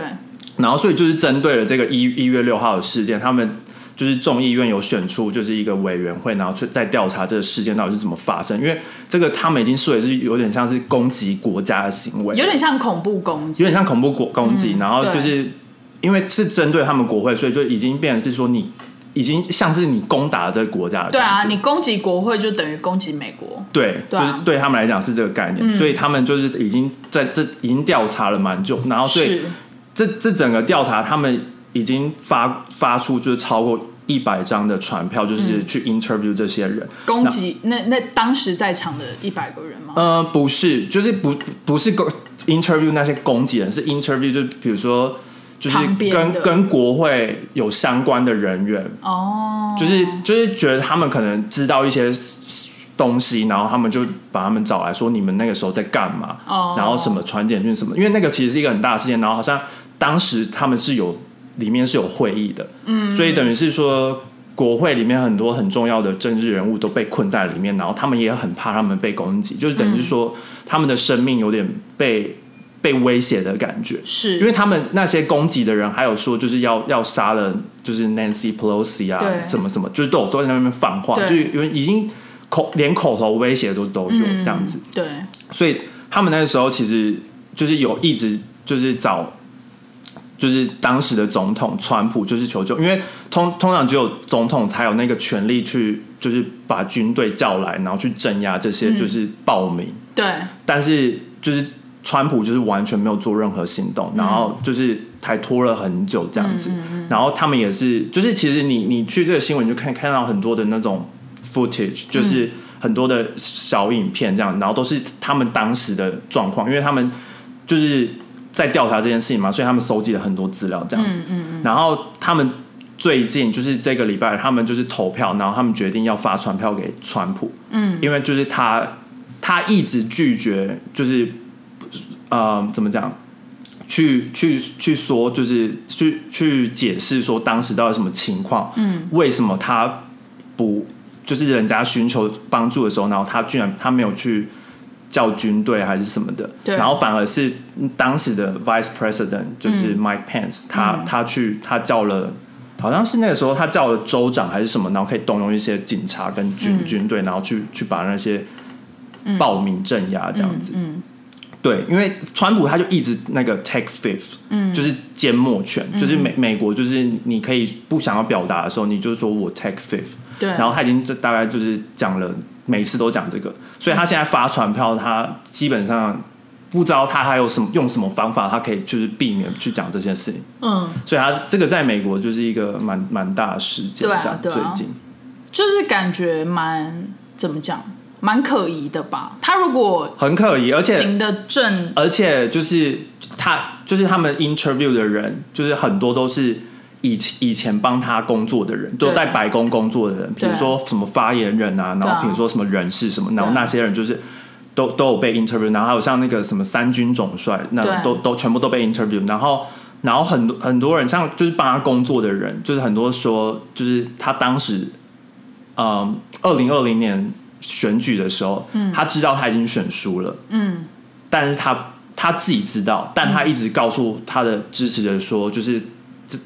[SPEAKER 2] 然后所以就是针对了这个一一月六号的事件，他们。就是众议院有选出就是一个委员会，然后去再调查这个事件到底是怎么发生，因为这个他们已经视为是有点像是攻击国家的行为，
[SPEAKER 1] 有点像恐怖攻
[SPEAKER 2] 有
[SPEAKER 1] 击，
[SPEAKER 2] 点像恐怖国
[SPEAKER 1] 嗯
[SPEAKER 2] 攻击，然后就是因为是针对他们国会，所以就已经变成是说你已经像是你攻打了这个国家的
[SPEAKER 1] 对啊，
[SPEAKER 2] 感觉，
[SPEAKER 1] 你攻击国会就等于攻击美国，
[SPEAKER 2] 对，
[SPEAKER 1] 对啊嗯
[SPEAKER 2] 就是对他们来讲是这个概念，所以他们就是已经在这已经调查了蛮久，然后哦所以
[SPEAKER 1] 是
[SPEAKER 2] 这这整个调查他们已经发发出就是超过一百张的传票，
[SPEAKER 1] 嗯
[SPEAKER 2] 就是去 interview 这些人，
[SPEAKER 1] 攻击那那当时在场的一百个人吗？
[SPEAKER 2] 呃，不是，就是不不是攻 interview 那些攻击人，是 interview 就是比如说就是
[SPEAKER 1] 旁边的
[SPEAKER 2] 跟跟国会有相关的人员，
[SPEAKER 1] 哦，
[SPEAKER 2] 呃就是就是觉得他们可能知道一些东西，然后他们就把他们找来说你们那个时候在干嘛，
[SPEAKER 1] 哦
[SPEAKER 2] 然后什么传简讯什么，因为那个其实是一个很大的事件，然后好像当时他们是有里面是有会议的，嗯，所以等于是说。国会里面很多很重要的政治人物都被困在里面，然后他们也很怕他们被攻击，就是等于是说、他们的生命有点被被威胁的感觉。
[SPEAKER 1] 是
[SPEAKER 2] 因为他们那些攻击的人，还有说就是要要杀了，就是 Nancy Pelosi 啊，
[SPEAKER 1] 对
[SPEAKER 2] 什么什么，就是都有都在那边放话，
[SPEAKER 1] 对
[SPEAKER 2] 就是有已经
[SPEAKER 1] 嗯
[SPEAKER 2] 口连口头威胁都都有这样子，
[SPEAKER 1] 对，
[SPEAKER 2] 所以他们那时候其实就是有一直就是找。就是当时的总统川普就是求救，因为通通常只有总统才有那个权利去，就是把军队叫来，然后去镇压这
[SPEAKER 1] 嗯
[SPEAKER 2] 些就是暴民。
[SPEAKER 1] 对，
[SPEAKER 2] 但是就是川普就是完全没有做任何行动，然后就是还拖了很久这样子。然后他们也是，就是其实你你去这个新闻就看看到很多的那种 footage，就是很多的小影片这样，然后都是他们当时的状况，因为他们就是在调查这件事情嘛，所以他们收集了很多资料这样子。然后他们最近就是这个礼拜，他们就是投票，然后他们决定要发传票给川普。嗯，因为就是他他一直拒绝，就是呃，怎么讲？去去去说，就是去去解释说当时到底什么情况，嗯，为什么他不就是人家寻求帮助的时候，然后他居然他没有去叫军队还是什么的，
[SPEAKER 1] 对
[SPEAKER 2] 然后反而是当时的 Vice President 就是
[SPEAKER 1] 嗯
[SPEAKER 2] Mike Pence，、他他去他叫了。好像是那个时候，他叫了州长还是什么，然后可以动用一些警察跟军、
[SPEAKER 1] 嗯
[SPEAKER 2] 军队，然后去去把那些暴民镇压这样子。
[SPEAKER 1] 嗯
[SPEAKER 2] 对，因为川普他就一直那个 take fifth，嗯，就是缄默权，
[SPEAKER 1] 嗯
[SPEAKER 2] 就是美美国就是你可以不想要表达的时候，你就说我 take fifth，
[SPEAKER 1] 嗯对，
[SPEAKER 2] 然后他已经这大概就是讲了，每次都讲这个，所以他现在发传票，他基本上不知道他还有什么用什么方法，他可以就是避免去讲这件事情，
[SPEAKER 1] 嗯，
[SPEAKER 2] 所以他这个在美国就是一个蛮蛮大的事件，
[SPEAKER 1] 对啊
[SPEAKER 2] 这样
[SPEAKER 1] 对
[SPEAKER 2] 最
[SPEAKER 1] 啊
[SPEAKER 2] 近。
[SPEAKER 1] 就是感觉蛮怎么讲，蛮可疑的吧？他如果
[SPEAKER 2] 很可疑，而且
[SPEAKER 1] 行的正，
[SPEAKER 2] 而且就是他，就是他们 interview 的人，就是很多都是以前以前帮他工作的人，
[SPEAKER 1] 对
[SPEAKER 2] 都在白宫工作的人，比
[SPEAKER 1] 对
[SPEAKER 2] 如说什么发言人啊，然
[SPEAKER 1] 对啊
[SPEAKER 2] 后比如说什么人事什么，然后
[SPEAKER 1] 对啊
[SPEAKER 2] 那些人就是都都有被 interview，然后还有像那个什么三军总帅，那
[SPEAKER 1] 对
[SPEAKER 2] 都都全部都被 interview，然后。然后很多很多人，像就是帮他工作的人，就是很多说，就是他当时嗯，二零二零年选举的时候，他知道他已经选输了，
[SPEAKER 1] 嗯，
[SPEAKER 2] 但是他他自己知道，但他一直告诉他的支持者说，就是这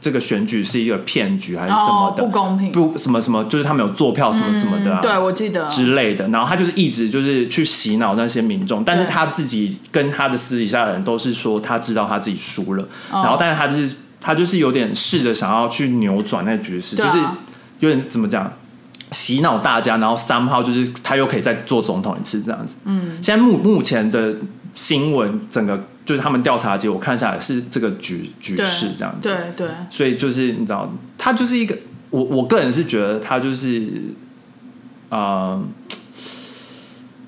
[SPEAKER 2] 这个选举是一个骗局还是什么
[SPEAKER 1] 哦，
[SPEAKER 2] 的，
[SPEAKER 1] 不公平，嗯
[SPEAKER 2] 不什么什么，就是他们有做票什么什么的、啊
[SPEAKER 1] 对我记得，
[SPEAKER 2] 之类的，然后他就是一直就是去洗脑那些民众，但是
[SPEAKER 1] 对
[SPEAKER 2] 他自己跟他的私底下的人都是说他知道他自己输了，
[SPEAKER 1] 哦
[SPEAKER 2] 然后但是他就是他就是有点试着想要去扭转那个局势，
[SPEAKER 1] 对啊
[SPEAKER 2] 就是有点怎么讲。洗脑大家，然后 somehow 就是他又可以再做总统一次这样子。嗯，现在目目前的新闻，整个就是他们调查结果看下来是这个局局
[SPEAKER 1] 对
[SPEAKER 2] 势这样子。
[SPEAKER 1] 对对，
[SPEAKER 2] 所以就是你知道，他就是一个我我个人是觉得他就是，呃，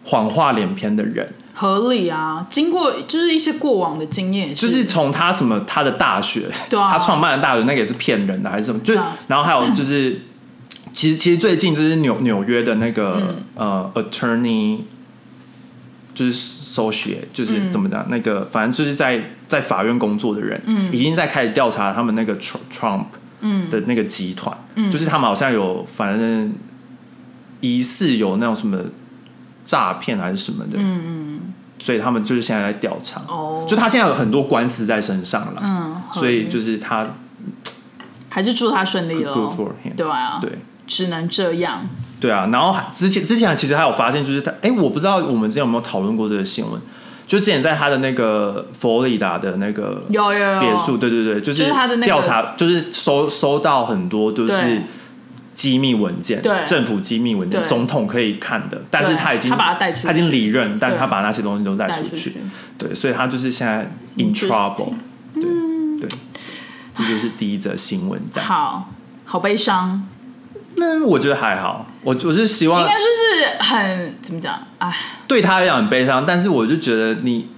[SPEAKER 2] 谎话连篇的人，
[SPEAKER 1] 合理啊。经过就是一些过往的经验也，
[SPEAKER 2] 就是从他什么他的大学，
[SPEAKER 1] 对啊
[SPEAKER 2] 他创办的大学那个也是骗人的还是什么，就
[SPEAKER 1] 对
[SPEAKER 2] 是、
[SPEAKER 1] 啊
[SPEAKER 2] 然后还有 就是，其实其实最近就是纽纽约的那个、呃 attorney。就是 associate，就是怎么讲？那个反正就是在在法院工作的人，嗯，已经在开始调查他们那个 Tr- Trump，嗯的那个集团，嗯，就是他们好像有反正疑似有那种什么诈骗还是什么的，嗯嗯，所以他们就是现在在调查，
[SPEAKER 1] 哦
[SPEAKER 2] 就他现在有很多官司在身上了，
[SPEAKER 1] 嗯，合理
[SPEAKER 2] 所以就是他
[SPEAKER 1] 还是祝他顺利
[SPEAKER 2] good
[SPEAKER 1] 喽
[SPEAKER 2] for him，
[SPEAKER 1] 对啊，
[SPEAKER 2] 对
[SPEAKER 1] 只能这样。
[SPEAKER 2] 对啊，然后还之前之前其实还有发现，就是他，哎，我不知道我们之前有没有讨论过这个新闻，就之前在他的那个佛罗里达的那个
[SPEAKER 1] 有有有
[SPEAKER 2] 别墅，，对对对，就
[SPEAKER 1] 哦就是他的那个
[SPEAKER 2] 调查，就是收收到很多就是
[SPEAKER 1] 对
[SPEAKER 2] 机密文件，
[SPEAKER 1] 对
[SPEAKER 2] 政府机密文件，
[SPEAKER 1] 对
[SPEAKER 2] 总统可以看的，但是他已经
[SPEAKER 1] 他把它带出去
[SPEAKER 2] 他已经离任，但
[SPEAKER 1] 对
[SPEAKER 2] 他把那些东西都带
[SPEAKER 1] 带
[SPEAKER 2] 出
[SPEAKER 1] 出
[SPEAKER 2] 去
[SPEAKER 1] 去，，
[SPEAKER 2] 对，所以他就是现在 in
[SPEAKER 1] Interesting 嗯
[SPEAKER 2] trouble，对、对，这就是第一则新闻这样。
[SPEAKER 1] 好好悲伤。
[SPEAKER 2] 那我觉得还好，我我是希望
[SPEAKER 1] 应该就是很怎么讲？哎，
[SPEAKER 2] 对他来讲很悲伤，但是我就觉得你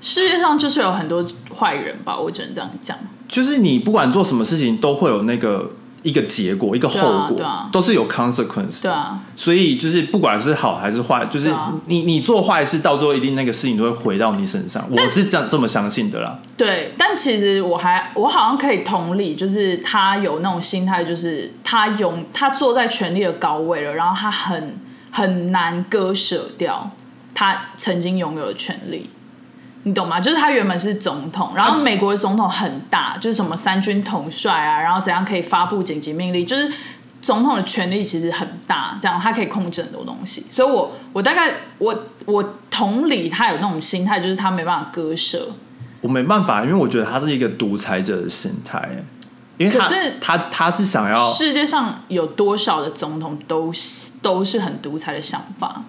[SPEAKER 1] 世界上就是有很多坏人吧，我只能这样讲。
[SPEAKER 2] 就是你不管做什么事情都会有那个一个结果，一个后果，
[SPEAKER 1] 对啊
[SPEAKER 2] 都是有 consequence
[SPEAKER 1] 对啊，
[SPEAKER 2] 所以就是不管是好还是坏，就是
[SPEAKER 1] 对啊
[SPEAKER 2] 你你做坏事，到最后一定那个事情都会回到你身上。我是这样这么相信的啦。
[SPEAKER 1] 对，但其实我还我好像可以同理，就是他有那种心态，就是他有他坐在权力的高位了，然后他很很难割舍掉他曾经拥有的权利。你懂吗？就是他原本是总统，然后美国的总统很大，就是什么三军统帅啊，然后怎样可以发布紧急命令，就是总统的权力其实很大，这样他可以控制很多东西。所以我我大概我我同理他有那种心态，就是他没办法割舍。
[SPEAKER 2] 我没办法，因为我觉得他是一个独裁者的心态，因为他
[SPEAKER 1] 可是
[SPEAKER 2] 他他是想要
[SPEAKER 1] 世界上有多少的总统都是都是很独裁的想法，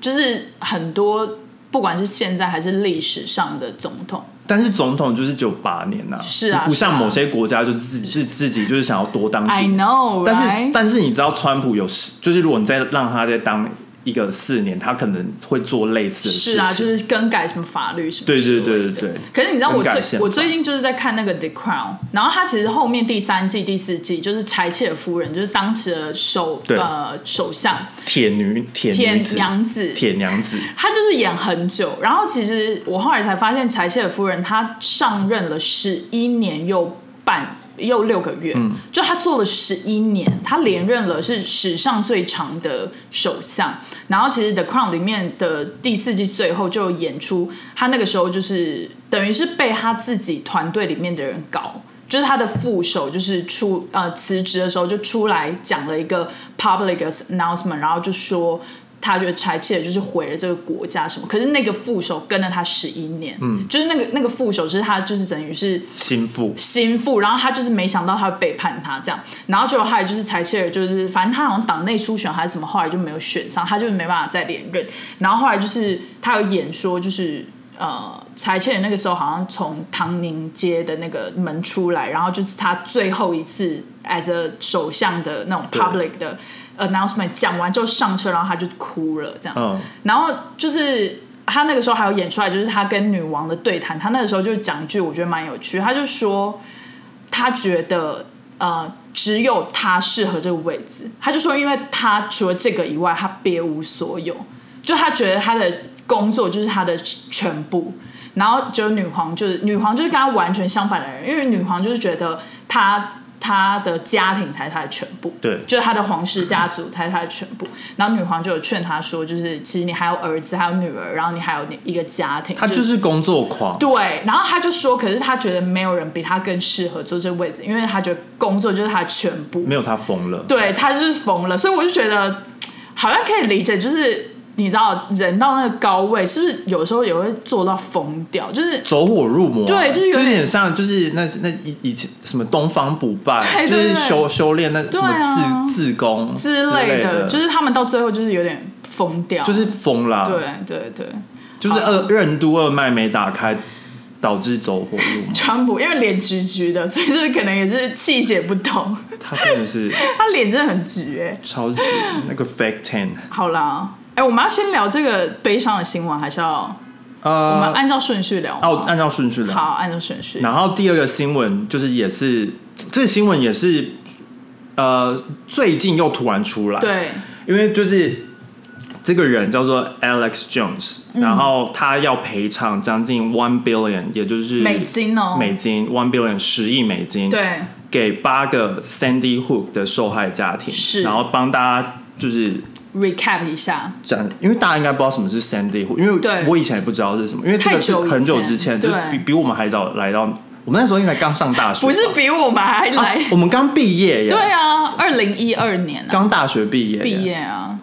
[SPEAKER 1] 就是很多不管是现在还是历史上的总统，
[SPEAKER 2] 但是总统就是只有八年呐、
[SPEAKER 1] 是啊
[SPEAKER 2] 不像
[SPEAKER 1] 是啊
[SPEAKER 2] 某些国家就是自己是自己就是想要多当几
[SPEAKER 1] I
[SPEAKER 2] 年。
[SPEAKER 1] know，
[SPEAKER 2] 但是
[SPEAKER 1] right？
[SPEAKER 2] 但是你知道，川普有十，就是如果你再让他再当一个四年，他可能会做类似的事情。
[SPEAKER 1] 是啊，就是更改什么法律什么
[SPEAKER 2] 对
[SPEAKER 1] 之
[SPEAKER 2] 对
[SPEAKER 1] 类
[SPEAKER 2] 对
[SPEAKER 1] 的
[SPEAKER 2] 对对
[SPEAKER 1] 可是你知道我
[SPEAKER 2] 更改
[SPEAKER 1] 最
[SPEAKER 2] 宪
[SPEAKER 1] 我
[SPEAKER 2] 法
[SPEAKER 1] 最近就是在看那个《The Crown》，然后它其实后面第三季、第四季就是柴切尔夫人，就是当时的首
[SPEAKER 2] 对
[SPEAKER 1] 呃首相
[SPEAKER 2] 铁女铁
[SPEAKER 1] 铁
[SPEAKER 2] 女子
[SPEAKER 1] 娘子，
[SPEAKER 2] 铁娘子，
[SPEAKER 1] 她就是演很久。然后其实我后来才发现，柴切尔夫人她上任了十一年又半又六个月，就她做了十一年，她连任了是史上最长的首相。然后其实《The Crown》里面的第四季最后就演出，她那个时候就是等于是被她自己团队里面的人搞。就是她的副手，就是出呃辞职的时候就出来讲了一个 public announcement，然后就说他觉得柴切尔就是毁了这个国家什么，可是那个副手跟了他十一年，嗯，就是那个那个副手是他就是等于是
[SPEAKER 2] 心腹
[SPEAKER 1] 心腹，然后他就是没想到他会背叛他这样，然后结果后来就是柴切尔就是反正他好像党内初选还是什么，后来就没有选上，他就是没办法再连任，然后后来就是他有演说就是。呃，柴切尔那个时候好像从唐宁街的那个门出来，然后就是他最后一次 as a 首相的那种
[SPEAKER 2] 对
[SPEAKER 1] public 的呃 announcement 讲完之后上车，然后他就哭了，这样。
[SPEAKER 2] 嗯
[SPEAKER 1] 然后就是他那个时候还有演出来，就是他跟女王的对谈。他那个时候就讲一句，我觉得蛮有趣，他就说他觉得呃只有他适合这个位置，他就说因为他除了这个以外，他别无所有，就他觉得他的工作就是他的全部。然后就女皇就是女皇就是跟他完全相反的人，因为女皇就是觉得她她的家庭才是她的全部，
[SPEAKER 2] 对
[SPEAKER 1] 就是她的皇室家族才是她的全部。然后女皇就有劝他说，就是其实你还有儿子，还有女儿，然后你还有你一个家庭，
[SPEAKER 2] 他就是工作狂，
[SPEAKER 1] 对，然后他就说，可是他觉得没有人比他更适合坐这个位置，因为他觉得工作就是他的全部，
[SPEAKER 2] 没有他疯了。
[SPEAKER 1] 对他就是疯了，所以我就觉得好像可以理解，就是你知道人到那个高位，是不是有时候也会做到疯掉？就是
[SPEAKER 2] 走火入魔啊、
[SPEAKER 1] 对就是有
[SPEAKER 2] 有
[SPEAKER 1] 点
[SPEAKER 2] 点像，就是那那以以前什么东方不败，
[SPEAKER 1] 对对
[SPEAKER 2] 就
[SPEAKER 1] 对
[SPEAKER 2] 是修修炼那什
[SPEAKER 1] 对啊
[SPEAKER 2] 么自自宫
[SPEAKER 1] 之类
[SPEAKER 2] 类
[SPEAKER 1] 的，就是他们到最后就是有点疯掉，
[SPEAKER 2] 就是疯啦，
[SPEAKER 1] 对对对，
[SPEAKER 2] 就是
[SPEAKER 1] 好。
[SPEAKER 2] 二任督二脉没打开，导致走火入魔
[SPEAKER 1] 川普因为脸橘橘的，所以就是可能也是气血不通，
[SPEAKER 2] 他真的是
[SPEAKER 1] 他脸真的很橘哎、
[SPEAKER 2] 超级那个 fake ten，
[SPEAKER 1] 好啦，哎、我们要先聊这个悲伤的新闻，还是要我们
[SPEAKER 2] 呃，
[SPEAKER 1] 按照顺序聊吗？
[SPEAKER 2] 按按照顺序来。
[SPEAKER 1] 好，按照顺序。
[SPEAKER 2] 然后第二个新闻就是也是这个新闻也是呃最近又突然出来，
[SPEAKER 1] 对，
[SPEAKER 2] 因为就是这个人叫做 Alex Jones，、然
[SPEAKER 1] 嗯
[SPEAKER 2] 后他要赔偿将近 one billion，也就是
[SPEAKER 1] 美金哦
[SPEAKER 2] 美金 one billion 十亿美金，，
[SPEAKER 1] 对，
[SPEAKER 2] 给八个 Sandy Hook 的受害家庭，
[SPEAKER 1] 是
[SPEAKER 2] 然后帮大家就是。
[SPEAKER 1] recap 一下，
[SPEAKER 2] 讲，因为大家应该不知道什么是 Sandy Hook，因
[SPEAKER 1] 对
[SPEAKER 2] 为我以前也不知道是什么，因为这个
[SPEAKER 1] 太
[SPEAKER 2] 是
[SPEAKER 1] 久以前
[SPEAKER 2] 很久之前，就是
[SPEAKER 1] 对
[SPEAKER 2] 比比我们还早来到，我们那时候应该刚上大学
[SPEAKER 1] 不
[SPEAKER 2] 吧，
[SPEAKER 1] 是比我们还
[SPEAKER 2] 啊
[SPEAKER 1] 来？
[SPEAKER 2] 我们刚毕业耶，
[SPEAKER 1] 对啊，二零一二年啊，
[SPEAKER 2] 刚大学毕业，
[SPEAKER 1] 毕业，啊，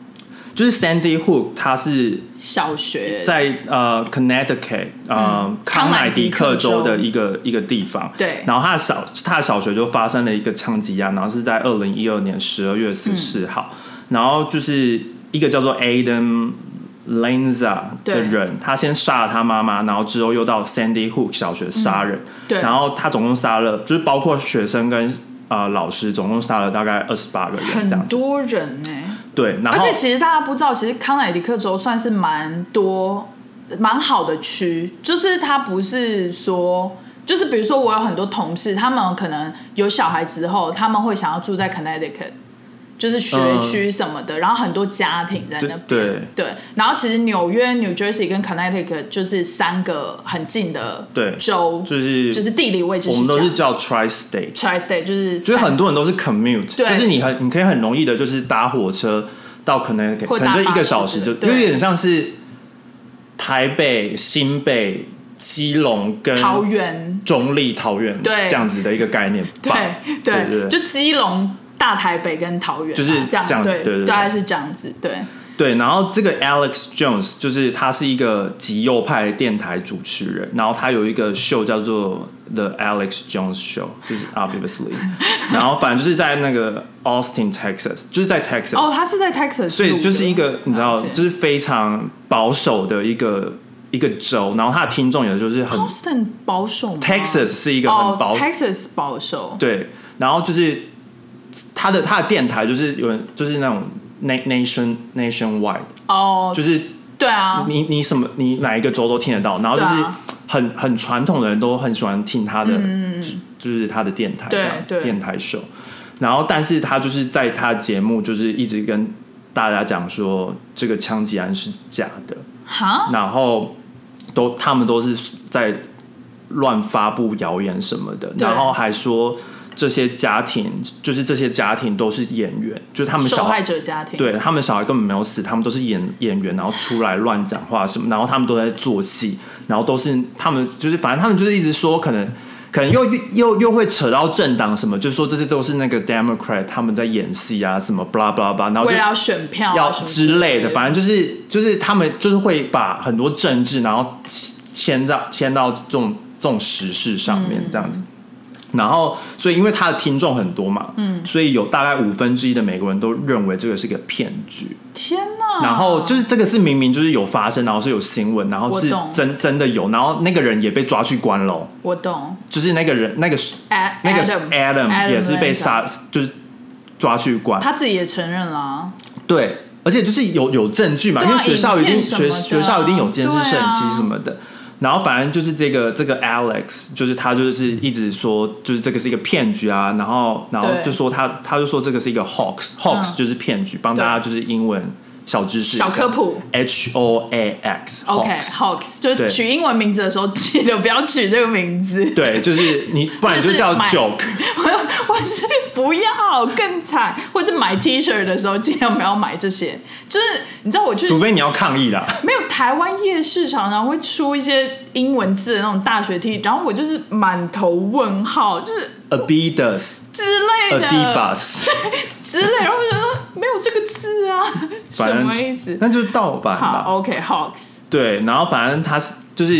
[SPEAKER 2] 就是 Sandy Hook，他是
[SPEAKER 1] 小学
[SPEAKER 2] 在呃 Connecticut 呃、
[SPEAKER 1] 康
[SPEAKER 2] 康
[SPEAKER 1] 乃
[SPEAKER 2] 乃
[SPEAKER 1] 狄
[SPEAKER 2] 狄
[SPEAKER 1] 克
[SPEAKER 2] 克
[SPEAKER 1] 州
[SPEAKER 2] 州的一个一个地方。
[SPEAKER 1] 对
[SPEAKER 2] 然后他的小他的小学就发生了一个枪击案，然后是在二零一二年十二月十四号、
[SPEAKER 1] 嗯
[SPEAKER 2] 然后就是一个叫做 Adam。Lanza
[SPEAKER 1] 对
[SPEAKER 2] 的人，他先杀了他妈妈，然后之后又到 Sandy Hook 小学杀人，
[SPEAKER 1] 嗯对
[SPEAKER 2] 然后他总共杀了，就是包括学生跟呃老师，总共杀了大概二十八个人这
[SPEAKER 1] 很
[SPEAKER 2] 样子。
[SPEAKER 1] 多人呢、
[SPEAKER 2] 对，然
[SPEAKER 1] 而
[SPEAKER 2] 后
[SPEAKER 1] 且其实大家不知道，其实康乃狄克州算是蛮多、蛮好的区，就是它不是说，就是比如说我有很多同事，他们可能有小孩之后，他们会想要住在 Connecticut，就是学区什么的，然后很多家庭在那边。
[SPEAKER 2] 对对
[SPEAKER 1] 然后其实纽约、New Jersey 跟 Connecticut 就是三个很近的
[SPEAKER 2] 对
[SPEAKER 1] 州，
[SPEAKER 2] 就是
[SPEAKER 1] 就是地理位置
[SPEAKER 2] 我们
[SPEAKER 1] 这
[SPEAKER 2] 都是
[SPEAKER 1] 样。
[SPEAKER 2] 叫 Tri State，
[SPEAKER 1] Tri-State 就是
[SPEAKER 2] 就是
[SPEAKER 1] 三
[SPEAKER 2] 很多人都是 commute，
[SPEAKER 1] 对
[SPEAKER 2] 就是你很你可以很容易的，就是搭火车到可能
[SPEAKER 1] 或
[SPEAKER 2] 可
[SPEAKER 1] 搭
[SPEAKER 2] 能就一
[SPEAKER 1] 巴士
[SPEAKER 2] 个小时就，
[SPEAKER 1] 对
[SPEAKER 2] 有点像是台北、新北、基隆跟
[SPEAKER 1] 桃园
[SPEAKER 2] 中立、桃园
[SPEAKER 1] 对
[SPEAKER 2] 这样子的一个概念吧。
[SPEAKER 1] 对
[SPEAKER 2] 对对
[SPEAKER 1] 就基隆。大台北跟桃园吧，啊
[SPEAKER 2] 就是
[SPEAKER 1] 这样，
[SPEAKER 2] 这样子
[SPEAKER 1] 对，
[SPEAKER 2] 对对对
[SPEAKER 1] 大概是这样子，对。
[SPEAKER 2] 对，然后这个 Alex Jones 就是他是一个极右派电台主持人，然后他有一个秀叫做 The Alex Jones Show，就是 obviously，然后反正就是在那个 Austin Texas，就是在 Texas，、
[SPEAKER 1] 哦，他是在 Texas，
[SPEAKER 2] 所以就是一
[SPEAKER 1] 录的
[SPEAKER 2] 个你知道
[SPEAKER 1] 了，解
[SPEAKER 2] 就是非常保守的一个一个州，然后他的听众也就是很
[SPEAKER 1] Austin 保守吗
[SPEAKER 2] Texas 是一个很保
[SPEAKER 1] 啊哦、Texas 保守，
[SPEAKER 2] 对，然后就是他的他的电台就是有人就是那种 na- nation nationwide，
[SPEAKER 1] 哦，
[SPEAKER 2] 就是
[SPEAKER 1] 对啊，
[SPEAKER 2] 你你什么你哪一个州都听得到，然后就
[SPEAKER 1] 对
[SPEAKER 2] 是
[SPEAKER 1] 啊嗯
[SPEAKER 2] 很很传统的人都很喜欢听他的，就就是他的电台这
[SPEAKER 1] 对
[SPEAKER 2] 样
[SPEAKER 1] 对
[SPEAKER 2] 电台秀，然后但是他就是在他节目就是一直跟大家讲说这个枪击案是假的，
[SPEAKER 1] 哈，
[SPEAKER 2] 然后都他们都是在乱发布谣言什么的，
[SPEAKER 1] 对
[SPEAKER 2] 然后还说这些家庭就是这些家庭都是演员，就是他们
[SPEAKER 1] 受
[SPEAKER 2] 小
[SPEAKER 1] 害
[SPEAKER 2] 孩。
[SPEAKER 1] 者家庭，
[SPEAKER 2] 对他们小孩根本没有死，他们都是演演员，然后出来乱讲话什么，然后他们都在做戏，然后都是他们就是反正他们就是一直说可能。可能又又又会扯到政党什么，就是说这些都是那个 Democrat 他们在演戏啊，什么 blah blah blah，然后就
[SPEAKER 1] 为了要选票、啊、
[SPEAKER 2] 要
[SPEAKER 1] 什么
[SPEAKER 2] 之类的，
[SPEAKER 1] 正
[SPEAKER 2] 反正就是就是他们就是会把很多政治，然后牵到牵到这种这种时事上面这样子。然后，所以因为他的听众很多嘛，嗯，所以有大概五分之一的美国人都认为这个是个骗局。
[SPEAKER 1] 天哪，
[SPEAKER 2] 然后就是这个是明明就是有发生，然后是有新闻，然后是
[SPEAKER 1] 我懂
[SPEAKER 2] 真真的有，然后那个人也被抓去关了，
[SPEAKER 1] 我懂
[SPEAKER 2] 就是那个人那个
[SPEAKER 1] A-
[SPEAKER 2] 那个
[SPEAKER 1] Adam
[SPEAKER 2] Adam 也是被，杀，就是抓去关。
[SPEAKER 1] 他自己也承认了、啊，
[SPEAKER 2] 对，而且就是有有证据嘛，
[SPEAKER 1] 对啊
[SPEAKER 2] 因为学校一定
[SPEAKER 1] 影片什么
[SPEAKER 2] 学
[SPEAKER 1] 的啊
[SPEAKER 2] 学校一定有监视摄影
[SPEAKER 1] 对啊
[SPEAKER 2] 机什么的。然后反正就是这个这个 Alex，就是他就是一直说，就是这个是一个骗局啊，然后然后
[SPEAKER 1] 对
[SPEAKER 2] 就说他他就说这个是一个 hoax，hoax
[SPEAKER 1] 嗯
[SPEAKER 2] 就是骗局，帮大家就是英文小知识一下
[SPEAKER 1] 小科普。
[SPEAKER 2] H O A X
[SPEAKER 1] OK
[SPEAKER 2] hoax
[SPEAKER 1] Hawks 就是
[SPEAKER 2] 对
[SPEAKER 1] 取英文名字的时候，记得不要取这个名字。
[SPEAKER 2] 对，就是你不然
[SPEAKER 1] 就
[SPEAKER 2] 就是叫
[SPEAKER 1] 买
[SPEAKER 2] joke，
[SPEAKER 1] 我是不要更惨，或者买 T 恤的时候尽量不要买这些。就是你知道我去
[SPEAKER 2] 除非你要抗 议啦。
[SPEAKER 1] 没有台湾夜市常常会出一些英文字的那种大学 T，然后我就是满头问号，就是
[SPEAKER 2] Adidas
[SPEAKER 1] 之类
[SPEAKER 2] 呃
[SPEAKER 1] 的
[SPEAKER 2] Adidas，
[SPEAKER 1] 之类，然后我就说没有这个字啊，
[SPEAKER 2] 反
[SPEAKER 1] 什
[SPEAKER 2] 正
[SPEAKER 1] 么意思？
[SPEAKER 2] 那就是盗版吧。
[SPEAKER 1] 好，OK Hawks，
[SPEAKER 2] 对，然后反正他是就是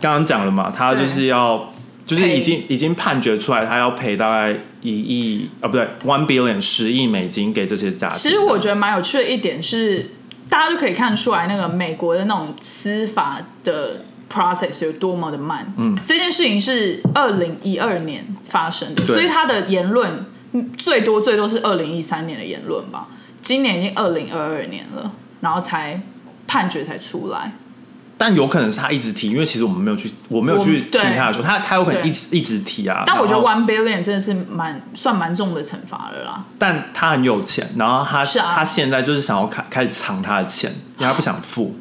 [SPEAKER 2] 刚刚讲了嘛，他就是要就是已经已经判决出来，他要赔大概一亿啊，不对，one billion 十亿美金给这些家庭。
[SPEAKER 1] 其实我觉得蛮有趣的一点是，大家就可以看出来那个美国的那种司法的 process 有多么的慢。嗯，这件事情是二零一二年发生的，
[SPEAKER 2] 对
[SPEAKER 1] 所以他的言论嗯最多最多是二零一三年的言论吧。今年已经二零二二年了，然后才判决才出来。
[SPEAKER 2] 但有可能是他一直提，因为其实我们没有去，我没有
[SPEAKER 1] 我
[SPEAKER 2] 去听
[SPEAKER 1] 对
[SPEAKER 2] 他的说，他他有可能
[SPEAKER 1] 对
[SPEAKER 2] 一直一直提啊。
[SPEAKER 1] 但我觉得
[SPEAKER 2] 然后
[SPEAKER 1] one billion 真的是蛮算蛮重的惩罚了啦。
[SPEAKER 2] 但他很有钱，然后他
[SPEAKER 1] 是啊
[SPEAKER 2] 他现在就是想要开开始藏他的钱，因为他不想付。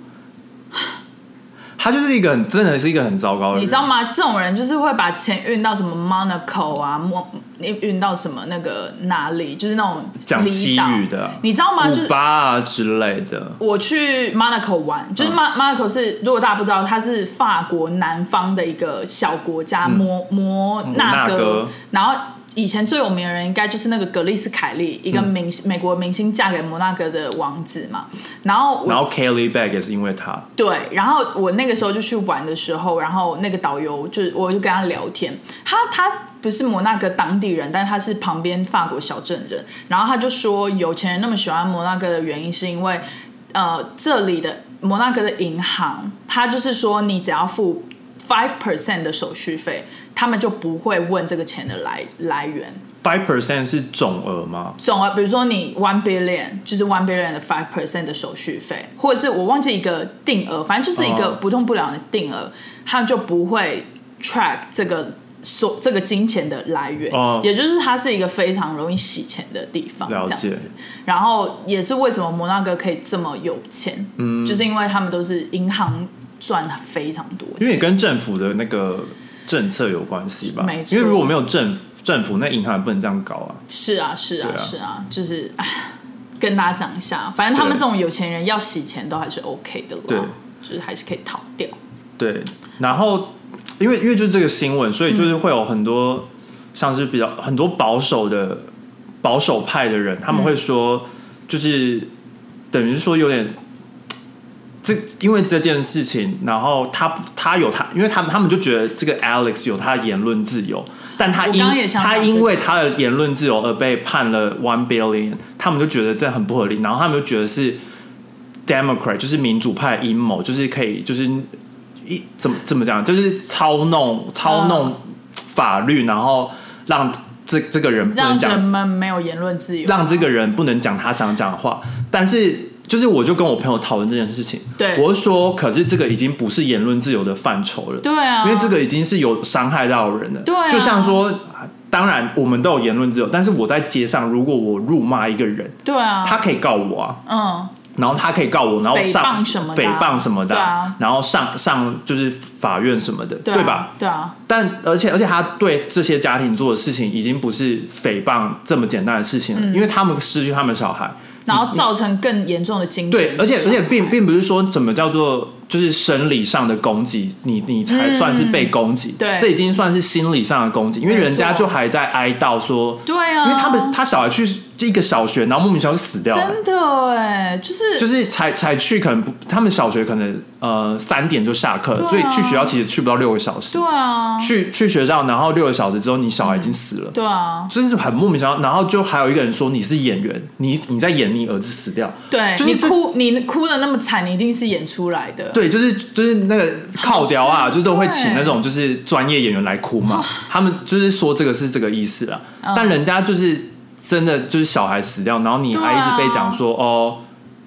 [SPEAKER 2] 他就是一个很真的是一个很糟糕的人，
[SPEAKER 1] 你知道吗？这种人就是会把钱运到什么 Monaco 啊，莫运运到什么那个哪里，就是那种
[SPEAKER 2] 讲西
[SPEAKER 1] 离岛
[SPEAKER 2] 语的啊，
[SPEAKER 1] 你知道吗？就
[SPEAKER 2] 古
[SPEAKER 1] 是
[SPEAKER 2] 巴啊之类的，
[SPEAKER 1] 我去 Monaco
[SPEAKER 2] 嗯
[SPEAKER 1] 玩，就是 Mon Monaco 是，如果大家不知道，它是法国南方的一个小国家，摩摩纳
[SPEAKER 2] 嗯摩纳哥
[SPEAKER 1] 然后。以前最有名的人应该就是那个格丽斯凯利，一个
[SPEAKER 2] 嗯
[SPEAKER 1] 明星、美国明星嫁给摩纳哥的王子嘛。然后我
[SPEAKER 2] 然后 Kelly Bag 也是因为他，
[SPEAKER 1] 对，然后我那个时候就去玩的时候，然后那个导游就我就跟他聊天，他他不是摩纳哥当地人，但他是旁边法国小镇人，然后他就说有钱人那么喜欢摩纳哥的原因是因为，呃，这里的摩纳哥的银行，他就是说你只要付 five percent 的手续费，他们就不会问这个钱的来来源。
[SPEAKER 2] five percent 是总额吗？
[SPEAKER 1] 总额，比如说你 one billion 就是 one billion 的 five percent 的手续费，或者是我忘记一个定额，反正就是一个
[SPEAKER 2] 哦
[SPEAKER 1] 不痛不痒的定额，他们就不会 track 这个所这个金钱的来源，
[SPEAKER 2] 哦
[SPEAKER 1] 也就是它是一个非常容易洗钱的地方，
[SPEAKER 2] 了解
[SPEAKER 1] 这样子。然后也是为什么摩纳哥可以这么有钱，嗯，就是因为他们都是银行赚非常多
[SPEAKER 2] 因为
[SPEAKER 1] 钱，
[SPEAKER 2] 也跟政府的那个政策有关系吧
[SPEAKER 1] 没。错
[SPEAKER 2] 因为如果没有政府政府，那银行也不能这样搞啊。
[SPEAKER 1] 是啊是啊
[SPEAKER 2] 对啊
[SPEAKER 1] 是啊，就是唉跟大家讲一下，反正他们
[SPEAKER 2] 对
[SPEAKER 1] 这种有钱人要洗钱都还是 OK 的啦，
[SPEAKER 2] 对
[SPEAKER 1] 就是还是可以逃掉。
[SPEAKER 2] 对，然后因
[SPEAKER 1] 嗯
[SPEAKER 2] 为因为就是这个新闻，所以就是会有很多、像是比较很多保守的保守派的人，他们会
[SPEAKER 1] 嗯
[SPEAKER 2] 说，就是等于是说有点。这因为这件事情，然后他他有他，因为他们他们就觉得这个 Alex 有他的言论自由，但他
[SPEAKER 1] 我
[SPEAKER 2] 因
[SPEAKER 1] 刚刚也想
[SPEAKER 2] 他
[SPEAKER 1] 讲这
[SPEAKER 2] 因
[SPEAKER 1] 个
[SPEAKER 2] 为他的言论自由而被判了 one billion，他们就觉得这很不合理，然后他们就觉得是 Democrat 就是民主派阴谋，就是可以就是一怎么怎么讲，就是操弄
[SPEAKER 1] 嗯
[SPEAKER 2] 操弄法律，然后让这这个人不能
[SPEAKER 1] 让
[SPEAKER 2] 讲
[SPEAKER 1] 人们没有言论自由，
[SPEAKER 2] 让这个人不能讲他想讲的话，但是就是我就跟我朋友讨论这件事情，
[SPEAKER 1] 对
[SPEAKER 2] 我就说，可是这个已经不是言论自由的范畴了，
[SPEAKER 1] 对啊，
[SPEAKER 2] 因为这个已经是有伤害到人的，
[SPEAKER 1] 对啊
[SPEAKER 2] 就像说，当然我们都有言论自由，但是我在街上如果我辱骂一个人，
[SPEAKER 1] 对啊，
[SPEAKER 2] 他可以告我啊，
[SPEAKER 1] 嗯，
[SPEAKER 2] 然后他可以告我，然后
[SPEAKER 1] 诽
[SPEAKER 2] 上
[SPEAKER 1] 谤什么的
[SPEAKER 2] 诽
[SPEAKER 1] 啊
[SPEAKER 2] 谤什么的啊，
[SPEAKER 1] 对啊
[SPEAKER 2] 然后上上就是法院什么的，
[SPEAKER 1] 对啊
[SPEAKER 2] 对吧？？
[SPEAKER 1] 对啊，
[SPEAKER 2] 但而且而且他对这些家庭做的事情已经不是诽谤这么简单的事情
[SPEAKER 1] 嗯
[SPEAKER 2] 了，因为他们失去他们小孩，
[SPEAKER 1] 然后造成更严重的精神
[SPEAKER 2] 对，而且而且并并不是说怎么叫做就是生理上的攻击，你你才算是被攻击，
[SPEAKER 1] 嗯对
[SPEAKER 2] 这已经算是心理上的攻击，因为人家就还在哀悼说，
[SPEAKER 1] 对啊，
[SPEAKER 2] 因为他们他小孩去一个小学，然后莫名其妙就死掉了。
[SPEAKER 1] 真的哎，就是
[SPEAKER 2] 就是才才去，可能不，他们小学可能呃三点就下课，
[SPEAKER 1] 啊
[SPEAKER 2] 所以去学校其实去不到六个小时
[SPEAKER 1] 对。啊，
[SPEAKER 2] 去去学校，然后六个小时之后，你小孩已经死了，
[SPEAKER 1] 对啊，
[SPEAKER 2] 真是很莫名其妙。然后就还有一个人说你是演员，你你在演你儿子死掉，
[SPEAKER 1] 对，
[SPEAKER 2] 就是
[SPEAKER 1] 你
[SPEAKER 2] 这
[SPEAKER 1] 哭，你哭的那么惨，你一定是演出来的，
[SPEAKER 2] 对，就是就是那个靠调啊，
[SPEAKER 1] 好
[SPEAKER 2] 就
[SPEAKER 1] 深
[SPEAKER 2] 是都会请
[SPEAKER 1] 对
[SPEAKER 2] 那种就是专业演员来哭嘛。他们就是说这个是这个意思啦，
[SPEAKER 1] 嗯
[SPEAKER 2] 但人家就是真的就是小孩死掉，然后你还一直被讲说、哦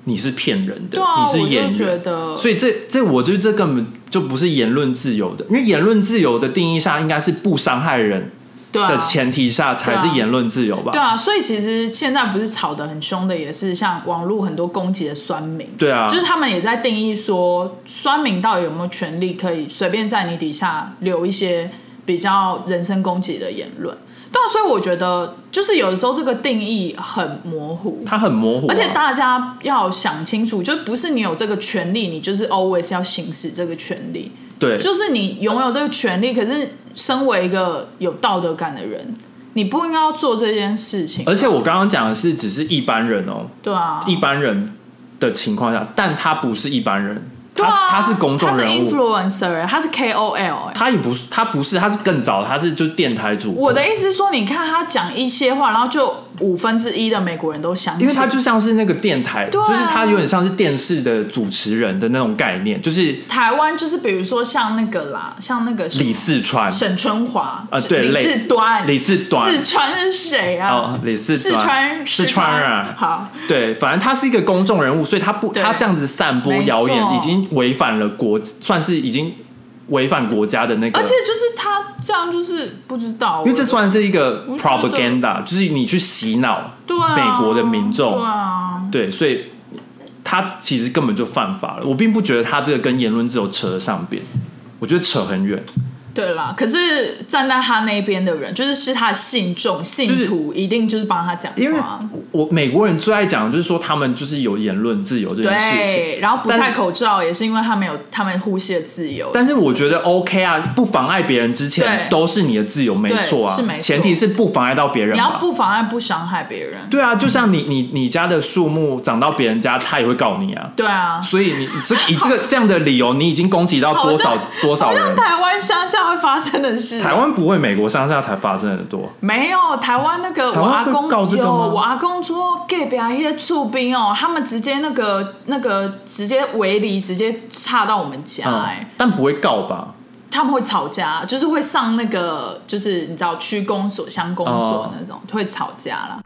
[SPEAKER 2] 你是骗人的，
[SPEAKER 1] 啊对啊，
[SPEAKER 2] 你是演
[SPEAKER 1] 我就觉
[SPEAKER 2] 员，
[SPEAKER 1] 得，
[SPEAKER 2] 所以这这我觉得这根本就不是言论自由的，因为言论自由的定义下应该是不伤害人
[SPEAKER 1] 对啊
[SPEAKER 2] 的。前提下才是
[SPEAKER 1] 对啊
[SPEAKER 2] 言论自由吧？
[SPEAKER 1] 对啊，所以其实现在不是吵得很凶的，也是像网络很多攻击的酸民，
[SPEAKER 2] 对啊
[SPEAKER 1] 就是他们也在定义说，酸民到底有没有权利可以随便在你底下留一些比较人身攻击的言论？对啊，所以我觉得就是有的时候这个定义很模糊，
[SPEAKER 2] 它很模糊
[SPEAKER 1] 而
[SPEAKER 2] 啊、
[SPEAKER 1] 且大家要想清楚，就是不是你有这个权利，你就是 always 要行使这个权利，
[SPEAKER 2] 对，
[SPEAKER 1] 就是你拥有这个权利，可是身为一个有道德感的人，你不应该要做这件事情。
[SPEAKER 2] 而且我刚刚讲的是只是一般人哦，
[SPEAKER 1] 对啊，
[SPEAKER 2] 一般人的情况下，但他不是一般人，
[SPEAKER 1] 对
[SPEAKER 2] 他、
[SPEAKER 1] 啊，
[SPEAKER 2] 他是公众人
[SPEAKER 1] 他是
[SPEAKER 2] 物，
[SPEAKER 1] influencer，欸他是 KOL 欸。
[SPEAKER 2] 他也不是，他不是，他是更早，他是就是电台主播
[SPEAKER 1] 我的意思是说，你看他讲一些话，然后就五分之一的美国人都相信，
[SPEAKER 2] 因为他就像是那个电台，
[SPEAKER 1] 啊
[SPEAKER 2] 就是他有点像是电视的主持人的那种概念，就是
[SPEAKER 1] 台湾就是比如说像那个啦，像那个什么
[SPEAKER 2] 李四川
[SPEAKER 1] 沈春华
[SPEAKER 2] 啊对
[SPEAKER 1] 李
[SPEAKER 2] 类
[SPEAKER 1] 四端，
[SPEAKER 2] 李四端
[SPEAKER 1] 四川是谁啊？
[SPEAKER 2] 哦，李四
[SPEAKER 1] 四
[SPEAKER 2] 川，
[SPEAKER 1] 川，
[SPEAKER 2] 四川啊，
[SPEAKER 1] 好，
[SPEAKER 2] 对，反正他是一个公众人物，所以他不
[SPEAKER 1] 对
[SPEAKER 2] 他这样子散播谣
[SPEAKER 1] 没
[SPEAKER 2] 言，
[SPEAKER 1] 错
[SPEAKER 2] 已经违反了国，算是已经违反国家的那个，
[SPEAKER 1] 而且就是他这样就是不知道，
[SPEAKER 2] 因为这算是一个
[SPEAKER 1] 我觉得
[SPEAKER 2] propaganda，就是你去洗脑
[SPEAKER 1] 对啊
[SPEAKER 2] 美国的民众
[SPEAKER 1] 对啊，
[SPEAKER 2] 对，所以他其实根本就犯法了。我并不觉得他这个跟言论自由扯得上边，我觉得扯很远。
[SPEAKER 1] 对啦。可是站在他那边的人，就是是他的信众、信徒，一定就是帮他讲
[SPEAKER 2] 因为
[SPEAKER 1] 话，
[SPEAKER 2] 我美国人最爱讲的就是说他们就是有言论自由这件事情，
[SPEAKER 1] 对，然后不
[SPEAKER 2] 但
[SPEAKER 1] 戴
[SPEAKER 2] 是
[SPEAKER 1] 口罩也是因为他们有他们呼吸的自由，
[SPEAKER 2] 但是我觉得 OK 啊，不妨碍别人之前
[SPEAKER 1] 对
[SPEAKER 2] 都是你的自由，没错啊，
[SPEAKER 1] 是没错
[SPEAKER 2] 前提是不妨碍到别人
[SPEAKER 1] 你要
[SPEAKER 2] 吧。
[SPEAKER 1] 不妨碍、不伤害别人，
[SPEAKER 2] 对啊，就像你你你家的树木长到别人家，他也会告你啊。
[SPEAKER 1] 对啊。
[SPEAKER 2] 所以你你这以 这个这样的理由，你已经攻击到多少
[SPEAKER 1] 好像
[SPEAKER 2] 多少
[SPEAKER 1] 好像
[SPEAKER 2] 人？
[SPEAKER 1] 台湾乡下会发生的事，
[SPEAKER 2] 台湾不会，美国上下才发生的多。
[SPEAKER 1] 没有，台湾那个
[SPEAKER 2] 台
[SPEAKER 1] 我
[SPEAKER 2] 湾
[SPEAKER 1] 阿
[SPEAKER 2] 会
[SPEAKER 1] 公
[SPEAKER 2] 告这个
[SPEAKER 1] 有，
[SPEAKER 2] 吗
[SPEAKER 1] 我阿公说 gay 表那些厝兵哦，他们直接那个那个直接围篱，直接插到我们家、哎、
[SPEAKER 2] 嗯，但不会告吧？
[SPEAKER 1] 他们会吵架，就是会上那个就是你知道区公所、乡公所
[SPEAKER 2] 哦
[SPEAKER 1] 那种、会吵架啦。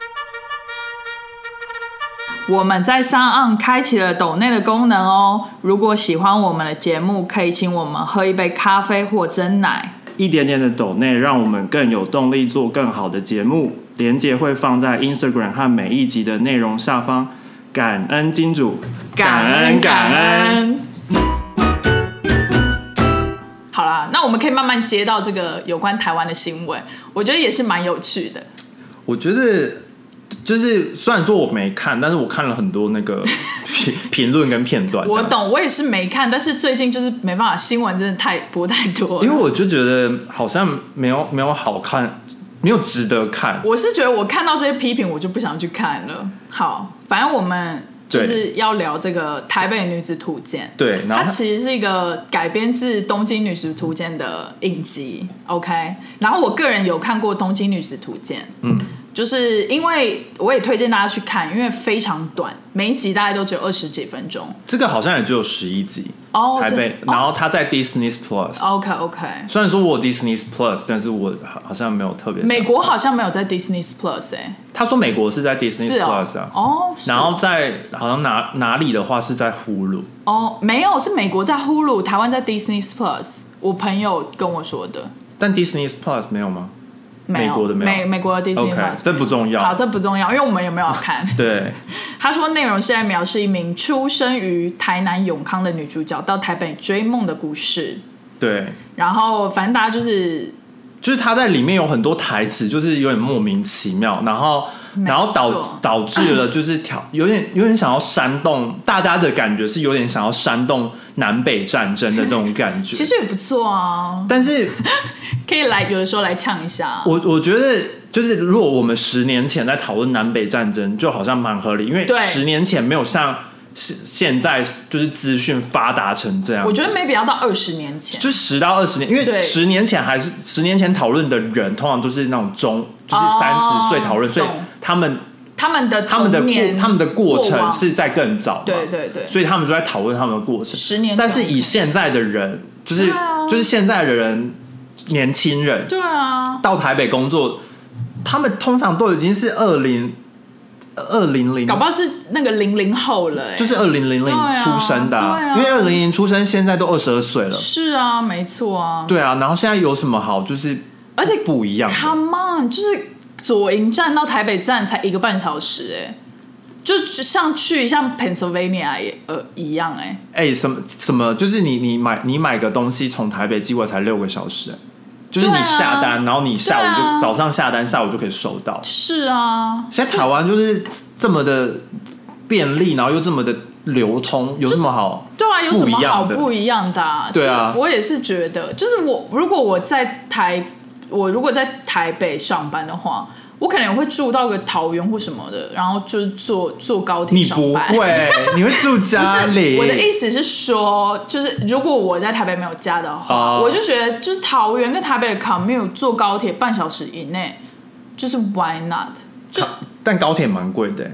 [SPEAKER 1] 我们在上岸开启了抖内的功能哦，如果喜欢我们的节目，可以请我们喝一杯咖啡或蒸奶。
[SPEAKER 3] 一点点的抖内，让我们更有动力做更好的节目。连接会放在 Instagram 和每一集的内容下方。感恩金主，感恩。。
[SPEAKER 1] 好啦，那我们可以慢慢接到这个有关台湾的新闻，我觉得也是蛮有趣的。
[SPEAKER 2] 我觉得就是虽然说我没看，但是我看了很多 那个评评论跟片段。
[SPEAKER 1] 我，懂，我也是没看，但是最近就是没办法，新闻真的太播太多了
[SPEAKER 2] 因为我就觉得好像没有没有好看，没有值得看。
[SPEAKER 1] 我是觉得我看到这些批评，我就不想去看了。好，反正我们就是要聊这个《台北女子图鉴》。
[SPEAKER 2] 对，然
[SPEAKER 1] 它
[SPEAKER 2] 后
[SPEAKER 1] 其实是一个改编自《东京女子图鉴》的影集，OK。然后我个人有看过《东京女子图鉴》，
[SPEAKER 2] 嗯，
[SPEAKER 1] 就是因为我也推荐大家去看，因为非常短，每一集大概都只有二十几分钟。
[SPEAKER 2] 这个好像也只有十一集。
[SPEAKER 1] 哦
[SPEAKER 2] 台北，
[SPEAKER 1] 真的
[SPEAKER 2] 然后它在 Disney Plus。
[SPEAKER 1] OK OK，
[SPEAKER 2] 虽然说我有 Disney Plus，但是我好好像没有特别想。
[SPEAKER 1] 美国好像没有在 Disney Plus 哎、
[SPEAKER 2] 他说美国是在 Disney
[SPEAKER 1] 是哦
[SPEAKER 2] Plus 啊，
[SPEAKER 1] 哦，是
[SPEAKER 2] 然后在好像哪哪里的话是在呼噜，
[SPEAKER 1] 哦没有是美国在 Hulu，台湾在 Disney Plus，我朋友跟我说的。
[SPEAKER 2] 但 Disney Plus 没有吗？
[SPEAKER 1] 没有
[SPEAKER 2] 美国的没有
[SPEAKER 1] 美美国的 Disney
[SPEAKER 2] OK，
[SPEAKER 1] Plus
[SPEAKER 2] 这不重要
[SPEAKER 1] 好，这不重要，因为我们也没有要 看。
[SPEAKER 2] 对，
[SPEAKER 1] 他说，内容是在描述一名出生于台南永康的女主角到台北追梦的故事。
[SPEAKER 2] 对，
[SPEAKER 1] 然后，反正大家就是
[SPEAKER 2] 就是他在里面有很多台词，就是有点莫名其妙，然后
[SPEAKER 1] 没错
[SPEAKER 2] 然后导导致了就是挑有点有点想要煽动大家的感觉，是有点想要煽动南北战争的这种感觉。
[SPEAKER 1] 其，实也不错啊，
[SPEAKER 2] 但是
[SPEAKER 1] 可以来有的时候来呛一下。
[SPEAKER 2] 我 我觉得，就是如果我们十年前在讨论南北战争，就好像蛮合理，因为
[SPEAKER 1] 对
[SPEAKER 2] 十年前没有像现现在就是资讯发达成这样
[SPEAKER 1] 我。觉得 maybe 要到二十年前，
[SPEAKER 2] 就十到二十年，因为
[SPEAKER 1] 对
[SPEAKER 2] 十年前还是十年前讨论的人，通常都是那种中，就是
[SPEAKER 1] 哦
[SPEAKER 2] 三十岁讨论，所以
[SPEAKER 1] 懂
[SPEAKER 2] 他们
[SPEAKER 1] 他们的
[SPEAKER 2] 他们的
[SPEAKER 1] 童
[SPEAKER 2] 过
[SPEAKER 1] 年
[SPEAKER 2] 他们的过程
[SPEAKER 1] 往
[SPEAKER 2] 是在更早嘛，
[SPEAKER 1] 对对对
[SPEAKER 2] 所以他们就在讨论他们的过程。
[SPEAKER 1] 十年前，
[SPEAKER 2] 但是以现在的人，就是、
[SPEAKER 1] 对啊
[SPEAKER 2] 就是现在的人，年轻人
[SPEAKER 1] 对啊，
[SPEAKER 2] 到台北工作，他们通常都已经是二零二零零
[SPEAKER 1] 搞，不好是那个零零后了、欸，
[SPEAKER 2] 就是二零零
[SPEAKER 1] 对
[SPEAKER 2] 零
[SPEAKER 1] 啊
[SPEAKER 2] 出生
[SPEAKER 1] 对
[SPEAKER 2] 的、
[SPEAKER 1] 啊
[SPEAKER 2] 因为二零零出生现在都二十二岁了，
[SPEAKER 1] 是啊，没错啊，
[SPEAKER 2] 对啊，然后现在有什么好就是
[SPEAKER 1] 而且
[SPEAKER 2] 不一样的
[SPEAKER 1] Come on，就是左营站到台北站才一个半小时、欸，哎，就就像去像 Pennsylvania 也呃一样、欸，
[SPEAKER 2] 哎、什么什么，就是你你买你买个东西从台北寄过来才六个小时、哎就是你
[SPEAKER 1] 对啊
[SPEAKER 2] 下单，然后你下午就、
[SPEAKER 1] 对啊
[SPEAKER 2] 早上下单，下午就可以收到。
[SPEAKER 1] 是啊，
[SPEAKER 2] 现在台湾就是这么的便利，然后又这么的流通，有这么好？
[SPEAKER 1] 对啊，有什么好
[SPEAKER 2] 不一样的
[SPEAKER 1] 不一样的、啊？
[SPEAKER 2] 对啊
[SPEAKER 1] 就是我也是觉得，就是我如果我在台，我如果在台北上班的话。我可能会住到个桃园或什么的，然后就是坐坐高铁
[SPEAKER 2] 你
[SPEAKER 1] 上
[SPEAKER 2] 不
[SPEAKER 1] 班。
[SPEAKER 2] 会，你会住家
[SPEAKER 1] 不
[SPEAKER 2] 里。
[SPEAKER 1] 是我的意思是说，就是如果我在台北没有家的话，
[SPEAKER 2] 哦
[SPEAKER 1] 我就觉得就是桃园跟台北的 commute 坐高铁半小时以内，就是 why not？就
[SPEAKER 2] 靠但高铁蛮贵的、哎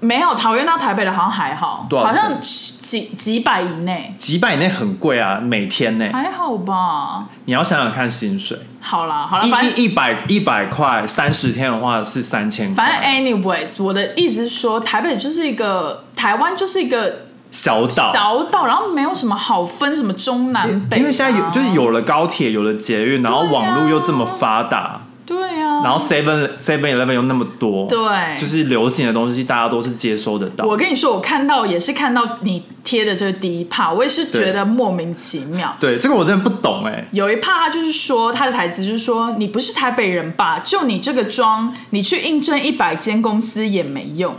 [SPEAKER 1] 没有桃园到台北的好像还好，
[SPEAKER 2] 多少
[SPEAKER 1] 好
[SPEAKER 2] 钱
[SPEAKER 1] 像几几百以内
[SPEAKER 2] 几百以内很贵啊，每天呢、哎
[SPEAKER 1] 还好吧？
[SPEAKER 2] 你要想想看薪水，
[SPEAKER 1] 好啦好啦，啊反正
[SPEAKER 2] 一一一百一百块，三十天的话是三千
[SPEAKER 1] 反正哎
[SPEAKER 2] 块。
[SPEAKER 1] anyways，我的意思是说，台北就是一个台湾就是一个
[SPEAKER 2] 小岛，
[SPEAKER 1] 小岛，然后没有什么好分什么中南北啊、
[SPEAKER 2] 因为现在有就是有了高铁，有了捷运，然后
[SPEAKER 1] 对啊
[SPEAKER 2] 网络又这么发达，
[SPEAKER 1] 对啊，
[SPEAKER 2] 然后 Seven Seven Eleven 又那么多，
[SPEAKER 1] 对
[SPEAKER 2] 就是流行的东西大家都是接收得到。
[SPEAKER 1] 我跟你说，我看到也是看到你贴的这个第一趴，我也是觉得莫名其妙。
[SPEAKER 2] 对这个我真的不懂哎、
[SPEAKER 1] 有一趴他就是说他的台词就是说你不是台北人吧？就你这个妆，你去应征一百间公司也没用。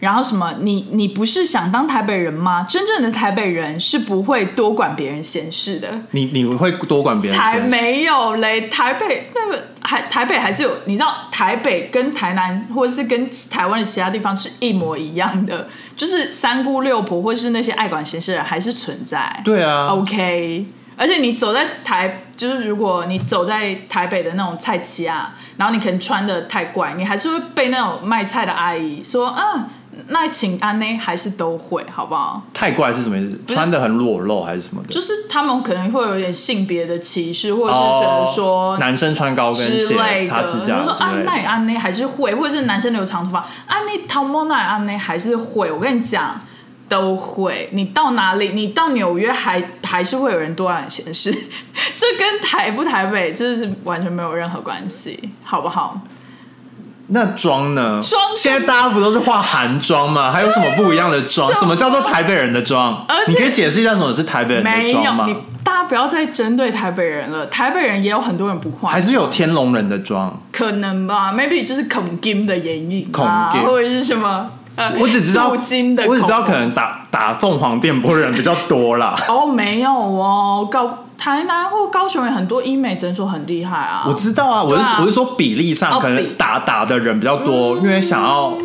[SPEAKER 1] 然后什么你你不是想当台北人吗？真正的台北人是不会多管别人闲事的。
[SPEAKER 2] 你你会多管别人
[SPEAKER 1] 才
[SPEAKER 2] 闲事，
[SPEAKER 1] 没有嘞！台北那个还台北还是有，你知道台北跟台南或者是跟台湾的其他地方是一模一样的，就是三姑六婆或是那些爱管闲事的人还是存在。
[SPEAKER 2] 对啊
[SPEAKER 1] 哦 OK，而且你走在台，就是如果你走在台北的那种菜市啊，然后你可能穿的太怪，你还是会被那种卖菜的阿姨说啊，那请安呢，还是都会，好不好？
[SPEAKER 2] 太怪是什么意思？穿的很裸露还是什么的？
[SPEAKER 1] 就是他们可能会有点性别的歧视，或者是觉得说、
[SPEAKER 2] 哦男生穿高跟
[SPEAKER 1] 之类
[SPEAKER 2] 鞋、
[SPEAKER 1] 的，啊
[SPEAKER 2] 擦指甲
[SPEAKER 1] 就说
[SPEAKER 2] 之
[SPEAKER 1] 安
[SPEAKER 2] 类
[SPEAKER 1] 奈
[SPEAKER 2] 的，
[SPEAKER 1] 安奈还是会，或者是男生留长头发，安奈汤莫奈安奈还是会。我跟你讲，都会。你到哪里，你到纽约还 还是会有人多管闲事， 这跟台不台北真的是完全没有任何关系，好不好？
[SPEAKER 2] 那妆呢？
[SPEAKER 1] 妆
[SPEAKER 2] 现在大家不都是化韩妆吗？还有什么不一样的妆？
[SPEAKER 1] 对啊
[SPEAKER 2] 什么叫做台北人的妆
[SPEAKER 1] 而？且
[SPEAKER 2] 你可以解释一下什么是台北人
[SPEAKER 1] 没
[SPEAKER 2] 的
[SPEAKER 1] 有
[SPEAKER 2] 妆，吗
[SPEAKER 1] 你？大家不要再针对台北人了，台北人也有很多人不化
[SPEAKER 2] 还是有天龙人 的妆？
[SPEAKER 1] 可能吧，maybe 就是孔金的眼影啊
[SPEAKER 2] 孔，金
[SPEAKER 1] 或者是什么。呃，
[SPEAKER 2] 我只知道，
[SPEAKER 1] 镀金的，。
[SPEAKER 2] 我只知道可能打打凤凰电波人比较多啦
[SPEAKER 1] 哦，没有哦，告台南或高雄有很多医美诊所很厉害啊。
[SPEAKER 2] 我知道啊，我是、
[SPEAKER 1] 对啊
[SPEAKER 2] 我是说比例上
[SPEAKER 1] 哦
[SPEAKER 2] 可能
[SPEAKER 1] 比嗯
[SPEAKER 2] 打打的人比较多，因为想要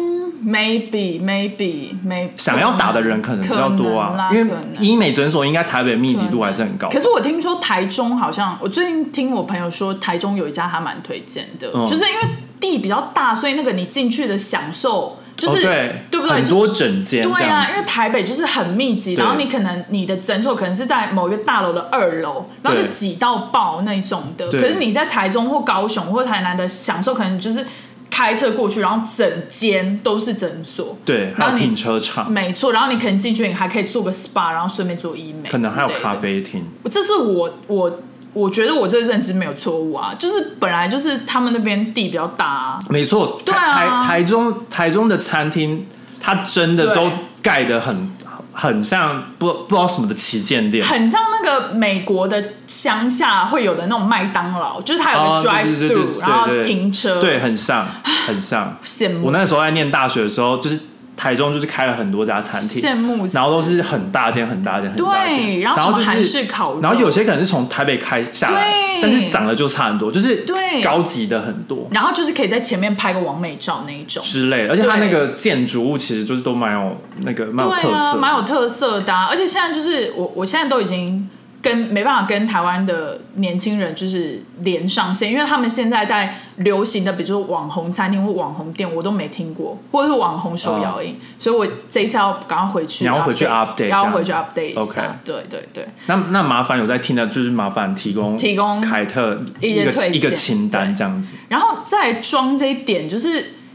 [SPEAKER 1] maybe maybe maybe
[SPEAKER 2] 想要打的人可能比较多
[SPEAKER 1] 可能
[SPEAKER 2] 啊
[SPEAKER 1] 啦，
[SPEAKER 2] 因为
[SPEAKER 1] 可能
[SPEAKER 2] 医美诊所应该台北密集度还是很高。
[SPEAKER 1] 可是我听说台中好像，我最近听我朋友说，台中有一家还蛮推荐的，
[SPEAKER 2] 嗯
[SPEAKER 1] 就是因为地比较大，所以那个你进去的享受就是、
[SPEAKER 2] 哦、对
[SPEAKER 1] 对不对？
[SPEAKER 2] 很
[SPEAKER 1] 就
[SPEAKER 2] 多整间这
[SPEAKER 1] 对
[SPEAKER 2] 样
[SPEAKER 1] 啊，
[SPEAKER 2] 子
[SPEAKER 1] 因为台北就是很密集，
[SPEAKER 2] 对
[SPEAKER 1] 然后你可能你的诊所可能是在某一个大楼的二楼，然后就
[SPEAKER 2] 对
[SPEAKER 1] 挤到爆那种的。
[SPEAKER 2] 对
[SPEAKER 1] 可是你在台中或高雄或台南的享受，可能就是开车过去，然后整间都是诊所。
[SPEAKER 2] 对，还
[SPEAKER 1] 然后
[SPEAKER 2] 有
[SPEAKER 1] 你
[SPEAKER 2] 停车场，
[SPEAKER 1] 没错，然后你可能进去，你还可以做个 SPA，然后顺便做医美，
[SPEAKER 2] 可能还有咖。啡厅。
[SPEAKER 1] 这是我我我觉得我这个认知没有错误啊，就是本来就是他们那边地比较大、啊，
[SPEAKER 2] 没错，
[SPEAKER 1] 对
[SPEAKER 2] 台、
[SPEAKER 1] 啊
[SPEAKER 2] 台台中台中的餐厅，它真的
[SPEAKER 1] 对
[SPEAKER 2] 都盖得很很像不不知道什么的旗舰店，
[SPEAKER 1] 很像那个美国的乡下会有的那种麦当劳，就是它有
[SPEAKER 2] 哦
[SPEAKER 1] 个
[SPEAKER 2] 对
[SPEAKER 1] drive
[SPEAKER 2] 对对
[SPEAKER 1] through，、
[SPEAKER 2] 对
[SPEAKER 1] 然后
[SPEAKER 2] 对
[SPEAKER 1] 停车，
[SPEAKER 2] 对，，很像很像。
[SPEAKER 1] 羡慕
[SPEAKER 2] 我那时候在念大学的时候，就是台中就是开了很多家餐厅，
[SPEAKER 1] 羡慕死
[SPEAKER 2] 然后都是很大间很大间很大间，
[SPEAKER 1] 对然后
[SPEAKER 2] 然后
[SPEAKER 1] 什么
[SPEAKER 2] 就是
[SPEAKER 1] 韩式烤肉
[SPEAKER 2] 然后有些可能是从台北开下来，
[SPEAKER 1] 对
[SPEAKER 2] 但是长得就差很多，就是
[SPEAKER 1] 对
[SPEAKER 2] 高级的很多
[SPEAKER 1] 然后就是可以在前面拍个完美照那一种。
[SPEAKER 2] 之类的，而且它
[SPEAKER 1] 对
[SPEAKER 2] 那个建筑物其实就是都蛮有那个蛮有特
[SPEAKER 1] 对啊，
[SPEAKER 2] 色，
[SPEAKER 1] 蛮有特色的、啊。而且现在就是我，我现在都已经跟没办法跟台湾的年轻人就是连上线，因为他们现在在流行的，比如说网红餐厅或网红店，我都没听过，或者是网红手摇饮，所以我这一次要赶快回去，
[SPEAKER 2] 啊你要回去 update，
[SPEAKER 1] 要
[SPEAKER 2] 这样
[SPEAKER 1] 回去 update 一下。
[SPEAKER 2] OK
[SPEAKER 1] 对对对，
[SPEAKER 2] 那那麻烦有在听的，就是麻烦提供
[SPEAKER 1] 提供
[SPEAKER 2] 凯特
[SPEAKER 1] 一
[SPEAKER 2] 一
[SPEAKER 1] 些
[SPEAKER 2] 个
[SPEAKER 1] 推荐
[SPEAKER 2] 一个清单这样子。
[SPEAKER 1] 然后再装这一点，就是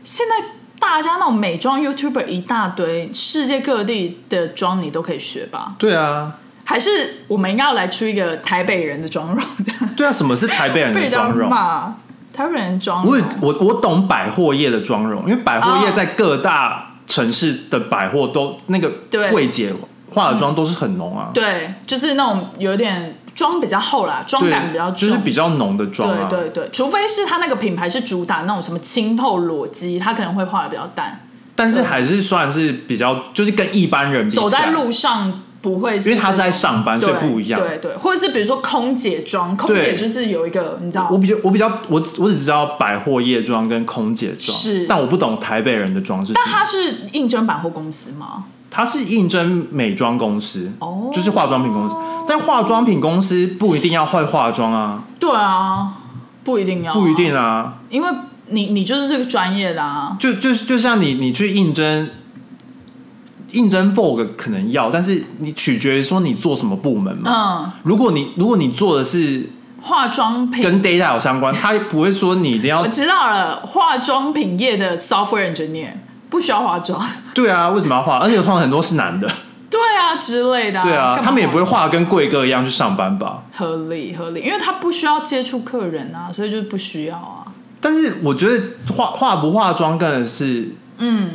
[SPEAKER 1] 现在。大家那种美妆 YouTuber 一大堆，世界各地的妆你都可以学吧？
[SPEAKER 2] 对啊，
[SPEAKER 1] 还是我们应该要来出一个台北人的妆容的？
[SPEAKER 2] 对啊，什么是台北
[SPEAKER 1] 被
[SPEAKER 2] 人的
[SPEAKER 1] 人
[SPEAKER 2] 妆容？
[SPEAKER 1] 骂，台北人妆容
[SPEAKER 2] 我也我我懂百货业的妆容，因为百货业
[SPEAKER 1] 哦
[SPEAKER 2] 在各大城市的百货都那个
[SPEAKER 1] 对嗯
[SPEAKER 2] 柜姐化的妆都是很浓啊，
[SPEAKER 1] 对，就是那种有点妆比较厚啦，妆感比较重。
[SPEAKER 2] 就是比较浓的妆
[SPEAKER 1] 对
[SPEAKER 2] 啊。
[SPEAKER 1] 对对，除非是他那个品牌是主打那种什么清透裸肌，他可能会画的比较淡，
[SPEAKER 2] 但是还是算是比较，就是跟一般人比起来
[SPEAKER 1] 走在，路上不会是
[SPEAKER 2] 因为他
[SPEAKER 1] 那种
[SPEAKER 2] 在上班，所以
[SPEAKER 1] 对
[SPEAKER 2] 不一样。
[SPEAKER 1] 对对，或者是比如说空姐妆，空
[SPEAKER 2] 对
[SPEAKER 1] 姐就是有一个你知道
[SPEAKER 2] 我，比较我比较我只我只知道百货夜妆跟空姐妆，
[SPEAKER 1] 是
[SPEAKER 2] 但我不懂台北人的妆是什么。
[SPEAKER 1] 但他是应征百货公司吗？
[SPEAKER 2] 它是应征美妆公司，
[SPEAKER 1] 哦
[SPEAKER 2] 就是化妆品公司。但化妆品公司不一定要会化妆啊，
[SPEAKER 1] 对啊，不一定要，
[SPEAKER 2] 不一，定啊。
[SPEAKER 1] 因为你你就是这个专业的啊，
[SPEAKER 2] 就就就像你你去应征，应征 Vogue 可能要，但是你取决于说你做什么部门嘛。
[SPEAKER 1] 嗯，
[SPEAKER 2] 如果你如果你做的是
[SPEAKER 1] 化妆品
[SPEAKER 2] 跟 data 有相关，他不会说你一定要
[SPEAKER 1] 我知道了，化妆品业的 software engineer 不需要化妆，
[SPEAKER 2] 对啊，为什么要化？而且通常很多是男的，
[SPEAKER 1] 对啊之类的、
[SPEAKER 2] 对啊，
[SPEAKER 1] 干嘛
[SPEAKER 2] 他们也不会化得跟贵哥一样去上班吧？
[SPEAKER 1] 合理合理，因为他不需要接触客人啊，所以就不需要啊。
[SPEAKER 2] 但是我觉得化化不化妆更是，嗯，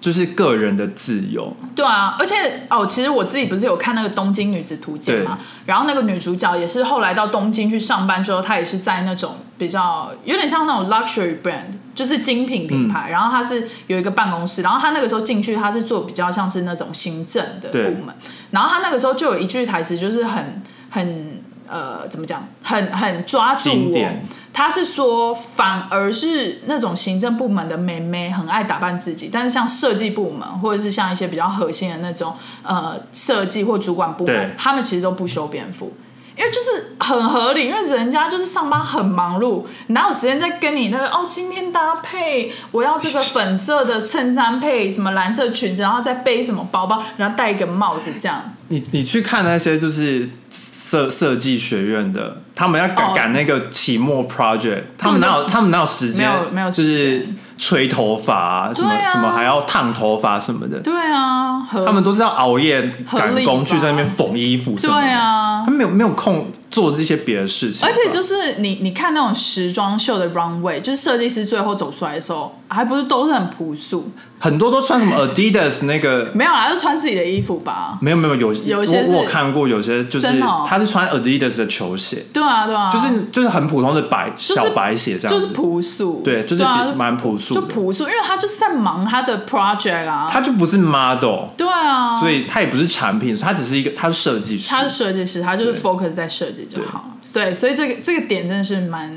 [SPEAKER 2] 就是个人的自由。
[SPEAKER 1] 对啊，而且哦，其实我自己不是有看那个《东京女子图鉴》嘛，然后那个女主角也是后来到东京去上班之后，她也是在那种比较有点像那种 luxury brand，就是精品品牌，
[SPEAKER 2] 嗯
[SPEAKER 1] 然后她是有一个办公室，然后她那个时候进去，她是做比较像是那种行政的
[SPEAKER 2] 对
[SPEAKER 1] 部门，然后她那个时候就有一句台词，就是很很呃，怎么讲，很很抓住
[SPEAKER 2] 经
[SPEAKER 1] 我
[SPEAKER 2] 典。
[SPEAKER 1] 她是说，反而是那种行政部门的妹妹很爱打扮自己，但是像设计部门或者是像一些比较核心的那种呃设计或主管部
[SPEAKER 2] 对
[SPEAKER 1] 门，他们其实都不修边幅。因为就是很合理，因为人家就是上班很忙碌，哪有时间再跟你那个哦？今天搭配我要这个粉色的衬衫配什么蓝色裙子，然后再背什么包包，然后戴一个帽子这样。
[SPEAKER 2] 你你去看那些就是设设计学院的，他们要赶
[SPEAKER 1] 哦
[SPEAKER 2] 赶那个期末 project，他
[SPEAKER 1] 根本
[SPEAKER 2] 们哪有
[SPEAKER 1] 就
[SPEAKER 2] 他们哪有时间？
[SPEAKER 1] 没有没有时
[SPEAKER 2] 就是
[SPEAKER 1] 间
[SPEAKER 2] 吹头发啊，什么、
[SPEAKER 1] 对啊
[SPEAKER 2] 什么还要烫头发什么的，
[SPEAKER 1] 对啊，合
[SPEAKER 2] 他们都是要熬夜赶
[SPEAKER 1] 合理
[SPEAKER 2] 工
[SPEAKER 1] 吧
[SPEAKER 2] 去在那边缝衣服什
[SPEAKER 1] 对
[SPEAKER 2] 么的。，
[SPEAKER 1] 啊
[SPEAKER 2] 他。们没有没有空做这些别的事情吧，
[SPEAKER 1] 而且就是你，你看那种时装秀的 runway，就是设计师最后走出来的时候，还不是都是很朴素，
[SPEAKER 2] 很多都穿什么 Adidas 那个，
[SPEAKER 1] 没有啦，就穿自己的衣服吧。
[SPEAKER 2] 没有没有有
[SPEAKER 1] 有些
[SPEAKER 2] 我我
[SPEAKER 1] 是
[SPEAKER 2] 看过有些就是
[SPEAKER 1] 真的哦
[SPEAKER 2] 他是穿 Adidas 的球鞋，
[SPEAKER 1] 对啊，对啊，
[SPEAKER 2] 就是就是很普通的白
[SPEAKER 1] 是
[SPEAKER 2] 小白鞋这样
[SPEAKER 1] 就是
[SPEAKER 2] 子，
[SPEAKER 1] 朴素，
[SPEAKER 2] 对，就是
[SPEAKER 1] 啊
[SPEAKER 2] 比蛮朴素
[SPEAKER 1] 就
[SPEAKER 2] 的，
[SPEAKER 1] 朴素，因为他就是在忙他的 project 啊，
[SPEAKER 2] 他就不是 model，
[SPEAKER 1] 对啊，
[SPEAKER 2] 所以他也不是产品，他只是一个他是设计师
[SPEAKER 1] 他，是设计师，他就是
[SPEAKER 2] 对
[SPEAKER 1] focus 在设计就好。对，所以这个这个点真的是蛮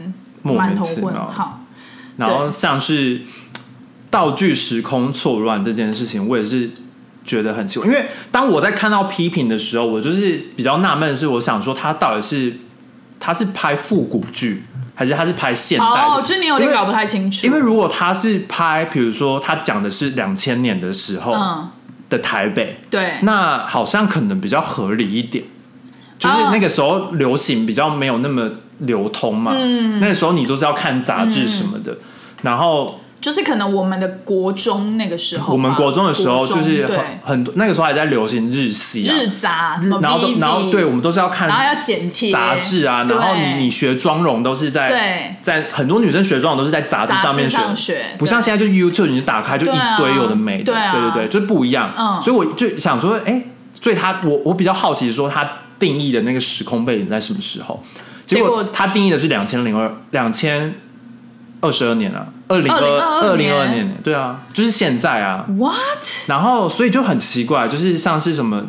[SPEAKER 2] 莫名
[SPEAKER 1] 蛮头
[SPEAKER 2] 其
[SPEAKER 1] 混
[SPEAKER 2] 妙
[SPEAKER 1] 好。
[SPEAKER 2] 然后像是道具时空错乱这件事情，我也是觉得很奇怪，因为当我在看到批评的时候，我就是比较纳闷的是，我想说他到底是他是拍复古剧，还是他是拍现代的？
[SPEAKER 1] 哦，就你有点搞不太清楚，
[SPEAKER 2] 因为如果他是拍，比如说他讲的是两千年的时候
[SPEAKER 1] 嗯，
[SPEAKER 2] 的台北，
[SPEAKER 1] 对，
[SPEAKER 2] 那好像可能比较合理一点，就是
[SPEAKER 1] 哦
[SPEAKER 2] 那个时候流行比较没有那么流通嘛，嗯、那个时候你都是要看杂志什么
[SPEAKER 1] 嗯
[SPEAKER 2] 的，然后
[SPEAKER 1] 就是可能我们的国中那个时候吧，
[SPEAKER 2] 我们国中的时候
[SPEAKER 1] 国中
[SPEAKER 2] 就是很
[SPEAKER 1] 对
[SPEAKER 2] 很多那个时候还在流行日系啊，
[SPEAKER 1] 日杂什么 VV，
[SPEAKER 2] 然后都然后对我们都是要看
[SPEAKER 1] 然后要剪贴
[SPEAKER 2] 杂志啊，
[SPEAKER 1] 对
[SPEAKER 2] 然后你你学妆容都是在
[SPEAKER 1] 对
[SPEAKER 2] 在很多女生学妆容都是在杂志上面
[SPEAKER 1] 杂志上学
[SPEAKER 2] 不像现在就 YouTube 你就打开就
[SPEAKER 1] 对啊
[SPEAKER 2] 一堆有的没的，
[SPEAKER 1] 对啊
[SPEAKER 2] 对对就不一样。
[SPEAKER 1] 嗯
[SPEAKER 2] 所以我就想说，哎、所以他我我比较好奇说他定义的那个时空背景在什么时候？结
[SPEAKER 1] 结
[SPEAKER 2] 果
[SPEAKER 1] 果
[SPEAKER 2] 他定义的是两千零二两千二十二年啊，二零二二
[SPEAKER 1] 2022
[SPEAKER 2] 零二
[SPEAKER 1] 年
[SPEAKER 2] 年，对啊，就是现在啊，
[SPEAKER 1] what
[SPEAKER 2] 然后所以就很奇怪，就是像是什么，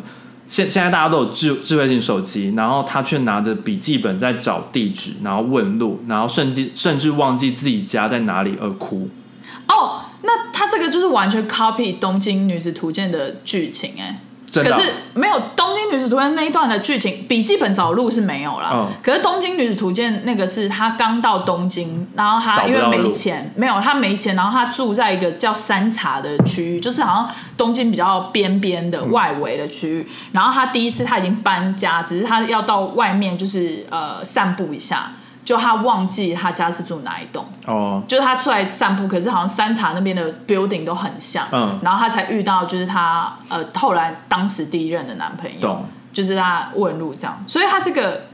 [SPEAKER 2] 现现在大家都有智智慧型手机，然后他却拿着笔记本在找地址，然后问路，然后甚至甚至忘记自己家在哪里而哭。
[SPEAKER 1] 哦，那他这个就是完全 copy《东京女子图鉴》的剧情哎、
[SPEAKER 2] 真的啊
[SPEAKER 1] 可是没有《东京女子图鉴》那一段的剧情，笔记本找路是没有啦。
[SPEAKER 2] 嗯
[SPEAKER 1] 可是《东京女子图鉴》那个是他刚到东京，然后
[SPEAKER 2] 找
[SPEAKER 1] 他
[SPEAKER 2] 不
[SPEAKER 1] 因
[SPEAKER 2] 到
[SPEAKER 1] 为
[SPEAKER 2] 路
[SPEAKER 1] 没钱，没有他没钱，然后他住在一个叫山茶的区域，就是好像东京比较边边的外围的区域。然后他第一次他已经搬家，只是他要到外面就是呃散步一下，就他忘记他家是住哪一栋。
[SPEAKER 2] 哦，
[SPEAKER 1] 就是他出来散步，可是好像三茶那边的 building 都很像，
[SPEAKER 2] 嗯
[SPEAKER 1] 然后他才遇到就是他呃后来当时第一任的男朋友，
[SPEAKER 2] 懂，
[SPEAKER 1] 就是他问路这样，所以他这个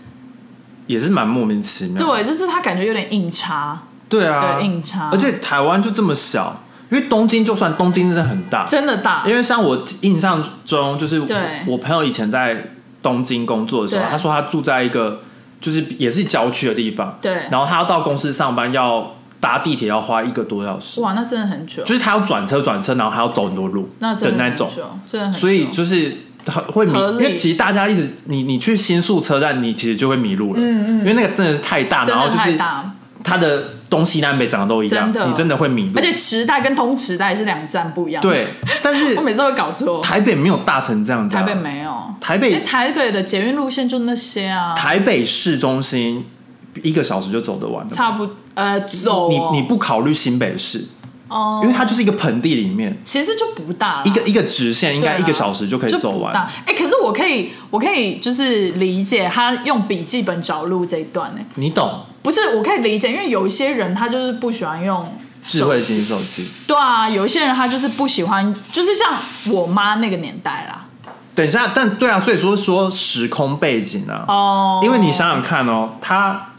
[SPEAKER 2] 也是蛮莫名其妙。
[SPEAKER 1] 对，就是他感觉有点硬插，
[SPEAKER 2] 对啊，
[SPEAKER 1] 对硬插
[SPEAKER 2] 而且台湾就这么小，因为东京就算东京真的很大，
[SPEAKER 1] 真的大
[SPEAKER 2] 因，为像我印象中，就是我
[SPEAKER 1] 对
[SPEAKER 2] 我朋友以前在东京工作的时候，
[SPEAKER 1] 对
[SPEAKER 2] 他说他住在一个就是也是郊区的地方，
[SPEAKER 1] 对
[SPEAKER 2] 然后他要到公司上班要搭地铁要花一个多小时，
[SPEAKER 1] 哇，那真的很久，
[SPEAKER 2] 就是他要转车转车，然后还要走很多路
[SPEAKER 1] 那真的
[SPEAKER 2] 那
[SPEAKER 1] 很久
[SPEAKER 2] 种，，
[SPEAKER 1] 真的很久，
[SPEAKER 2] 所以就是很会迷，
[SPEAKER 1] 哎合
[SPEAKER 2] 因
[SPEAKER 1] 理
[SPEAKER 2] 为其实大家一直你你去新宿车站，你其实就会迷路了，嗯嗯，因为那个真的是太大，
[SPEAKER 1] 真
[SPEAKER 2] 然后
[SPEAKER 1] 的
[SPEAKER 2] 就
[SPEAKER 1] 太
[SPEAKER 2] 是
[SPEAKER 1] 大，
[SPEAKER 2] 它的东西南北长得都一样，
[SPEAKER 1] 真的
[SPEAKER 2] 你真的会迷路，
[SPEAKER 1] 而且池袋跟通池袋是两站不一样，，
[SPEAKER 2] 对，但是
[SPEAKER 1] 我每次都会搞错，
[SPEAKER 2] 台北没有大成这样子、啊，
[SPEAKER 1] 台北没哎有，
[SPEAKER 2] 台
[SPEAKER 1] 因
[SPEAKER 2] 北
[SPEAKER 1] 为台北的捷运路线就那些啊，
[SPEAKER 2] 台北市中心一个小时就走得完了。
[SPEAKER 1] 差不呃走哦、
[SPEAKER 2] 你你不考虑新北市，
[SPEAKER 1] 哦
[SPEAKER 2] 因为它就是一个盆地里面，
[SPEAKER 1] 其实就不大啦
[SPEAKER 2] 一个一个直线应该
[SPEAKER 1] 对啊
[SPEAKER 2] 一个小时就可以走
[SPEAKER 1] 不
[SPEAKER 2] 完。
[SPEAKER 1] 大哎、可是我可以，我可以就是理解他用笔记本找路这一段呢、哎
[SPEAKER 2] 你懂？
[SPEAKER 1] 不是，我可以理解，因为有一些人他就是不喜欢用
[SPEAKER 2] 智慧型手机。
[SPEAKER 1] 对啊，有一些人他就是不喜欢，就是像我妈那个年代啦。
[SPEAKER 2] 等一下，但对啊，所以说说时空背景啊，
[SPEAKER 1] 哦，
[SPEAKER 2] 因为你想想看哦，他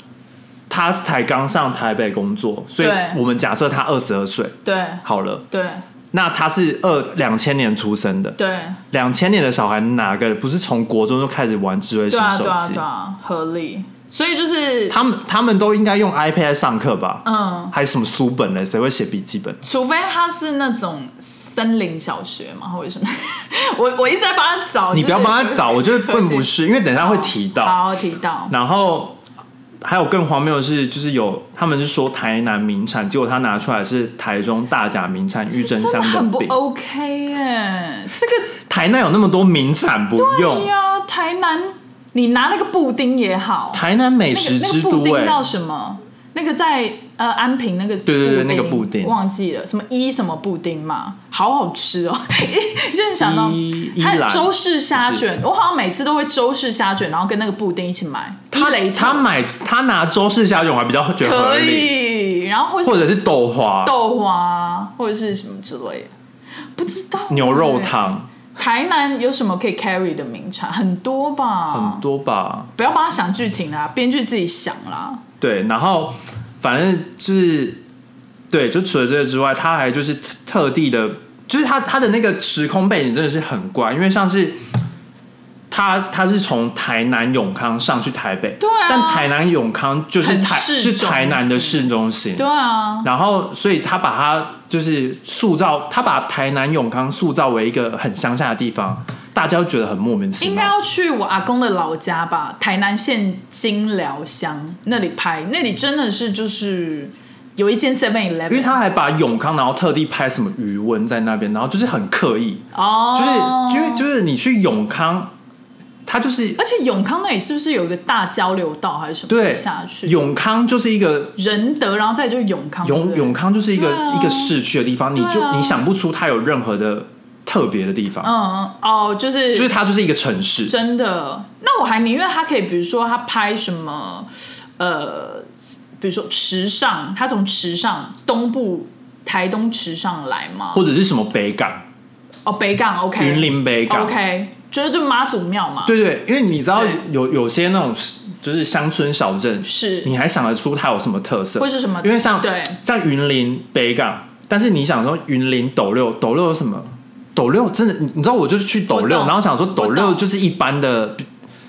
[SPEAKER 2] 他才刚上台北工作，所以
[SPEAKER 1] 对
[SPEAKER 2] 我们假设他二十二岁
[SPEAKER 1] 对
[SPEAKER 2] 好了，
[SPEAKER 1] 对
[SPEAKER 2] 那他是二两千年出生的，
[SPEAKER 1] 对
[SPEAKER 2] 两千年的小孩哪个不是从国中就开始玩智慧
[SPEAKER 1] 对
[SPEAKER 2] 型
[SPEAKER 1] 啊
[SPEAKER 2] 手
[SPEAKER 1] 对啊
[SPEAKER 2] 机
[SPEAKER 1] 对？啊，合理。所以就是，
[SPEAKER 2] 他们他们都应该用 iPad 上课吧？
[SPEAKER 1] 嗯，
[SPEAKER 2] 还什么书本嘞？谁会写笔记本？
[SPEAKER 1] 除非他是那种森林小学嘛，或者什么。 我我一直在帮他找，
[SPEAKER 2] 你不要
[SPEAKER 1] 就是
[SPEAKER 2] 帮他找，我觉得并不是，因为等一下会提到。
[SPEAKER 1] 好提到，
[SPEAKER 2] 然后还有更荒谬的是，就是有他们是说台南名产，结果他拿出来是台中大甲名产玉
[SPEAKER 1] 真
[SPEAKER 2] 珍
[SPEAKER 1] 的
[SPEAKER 2] 香
[SPEAKER 1] 很不哦
[SPEAKER 2] 饼。
[SPEAKER 1] OK 哎、这个
[SPEAKER 2] 台南有那么多名产不
[SPEAKER 1] 对
[SPEAKER 2] 用，
[SPEAKER 1] 呀、台南，你拿那个布丁也好，
[SPEAKER 2] 台南美食
[SPEAKER 1] 那个
[SPEAKER 2] 之
[SPEAKER 1] 那个布
[SPEAKER 2] 都
[SPEAKER 1] 丁
[SPEAKER 2] 哎、
[SPEAKER 1] 叫什么？那个在呃安平那个对
[SPEAKER 2] 对对那个布丁
[SPEAKER 1] 忘记了什么一什么布丁嘛，好好吃哦！ 现在想到
[SPEAKER 2] 伊伊
[SPEAKER 1] 还有
[SPEAKER 2] 兰
[SPEAKER 1] 周氏虾
[SPEAKER 2] 是
[SPEAKER 1] 卷，我好像每次都会周氏虾卷，然后跟那个布丁一起买。伊
[SPEAKER 2] 他
[SPEAKER 1] 雷特
[SPEAKER 2] 他买他拿周氏虾卷，我还比较觉得合
[SPEAKER 1] 可
[SPEAKER 2] 理，
[SPEAKER 1] 以，然后或
[SPEAKER 2] 或
[SPEAKER 1] 者
[SPEAKER 2] 者是豆花、
[SPEAKER 1] 豆花或者是什么之类的，不知道
[SPEAKER 2] 牛肉
[SPEAKER 1] 哎
[SPEAKER 2] 汤，
[SPEAKER 1] 台南有什么可以 carry 的名产？很多吧，
[SPEAKER 2] 很多吧。
[SPEAKER 1] 不要帮他想剧情啦，编剧自己想啦。
[SPEAKER 2] 对，然后反正就是对，就除了这个之外，他还就是特特地的，就是他他的那个时空背景真的是很怪，因为像是他他是从台南永康上去台北，
[SPEAKER 1] 对啊
[SPEAKER 2] 但台南永康就是
[SPEAKER 1] 很
[SPEAKER 2] 台
[SPEAKER 1] 市
[SPEAKER 2] 是
[SPEAKER 1] 中
[SPEAKER 2] 台南的
[SPEAKER 1] 心
[SPEAKER 2] 市中心，
[SPEAKER 1] 对啊，
[SPEAKER 2] 然后，所以他把它就是塑造，他把台南永康塑造为一个很乡下的地方，大家都觉得很莫名其
[SPEAKER 1] 应该
[SPEAKER 2] 妙。
[SPEAKER 1] 要去我阿公的老家吧，台南县金寮乡那里拍，那里真的是就是有一间 Seven
[SPEAKER 2] 因为
[SPEAKER 1] Eleven，
[SPEAKER 2] 他还把永康，然后特地拍什么余温在那边，然后就是很刻意，
[SPEAKER 1] 哦，呃
[SPEAKER 2] 就是、因为就是你去永康，他就是
[SPEAKER 1] 而且永康那里是不是有一个大交流道还是什么
[SPEAKER 2] 对
[SPEAKER 1] 下去？
[SPEAKER 2] 永康就是一个
[SPEAKER 1] 仁德，然后再就是永康，对不
[SPEAKER 2] 永
[SPEAKER 1] 对
[SPEAKER 2] 永康就是一个、
[SPEAKER 1] 对啊
[SPEAKER 2] 一个市区的地方，你就、
[SPEAKER 1] 对啊
[SPEAKER 2] 你想不出它有任何的特别的地方，
[SPEAKER 1] 嗯哦，就是
[SPEAKER 2] 就是它就是一个城市，
[SPEAKER 1] 真的。那我还宁愿他可以，比如说他拍什么，呃，比如说池上，他从池上东部台东池上来嘛，
[SPEAKER 2] 或者是什么北港、
[SPEAKER 1] 哦北港 OK，
[SPEAKER 2] 云林北港
[SPEAKER 1] OK，就是就妈祖庙嘛，
[SPEAKER 2] 对对，因为你知道
[SPEAKER 1] 对
[SPEAKER 2] 有有些那种就是乡村小镇，
[SPEAKER 1] 是
[SPEAKER 2] 你还想得出它有什么特色
[SPEAKER 1] 或，是什么，
[SPEAKER 2] 因为像
[SPEAKER 1] 对
[SPEAKER 2] 像云林北港，但是你想说云林斗六，斗六有什么？斗六真的，你你知道我就是去斗
[SPEAKER 1] 我
[SPEAKER 2] 六，
[SPEAKER 1] 懂
[SPEAKER 2] 然后想说斗
[SPEAKER 1] 我
[SPEAKER 2] 六
[SPEAKER 1] 懂
[SPEAKER 2] 就是一般的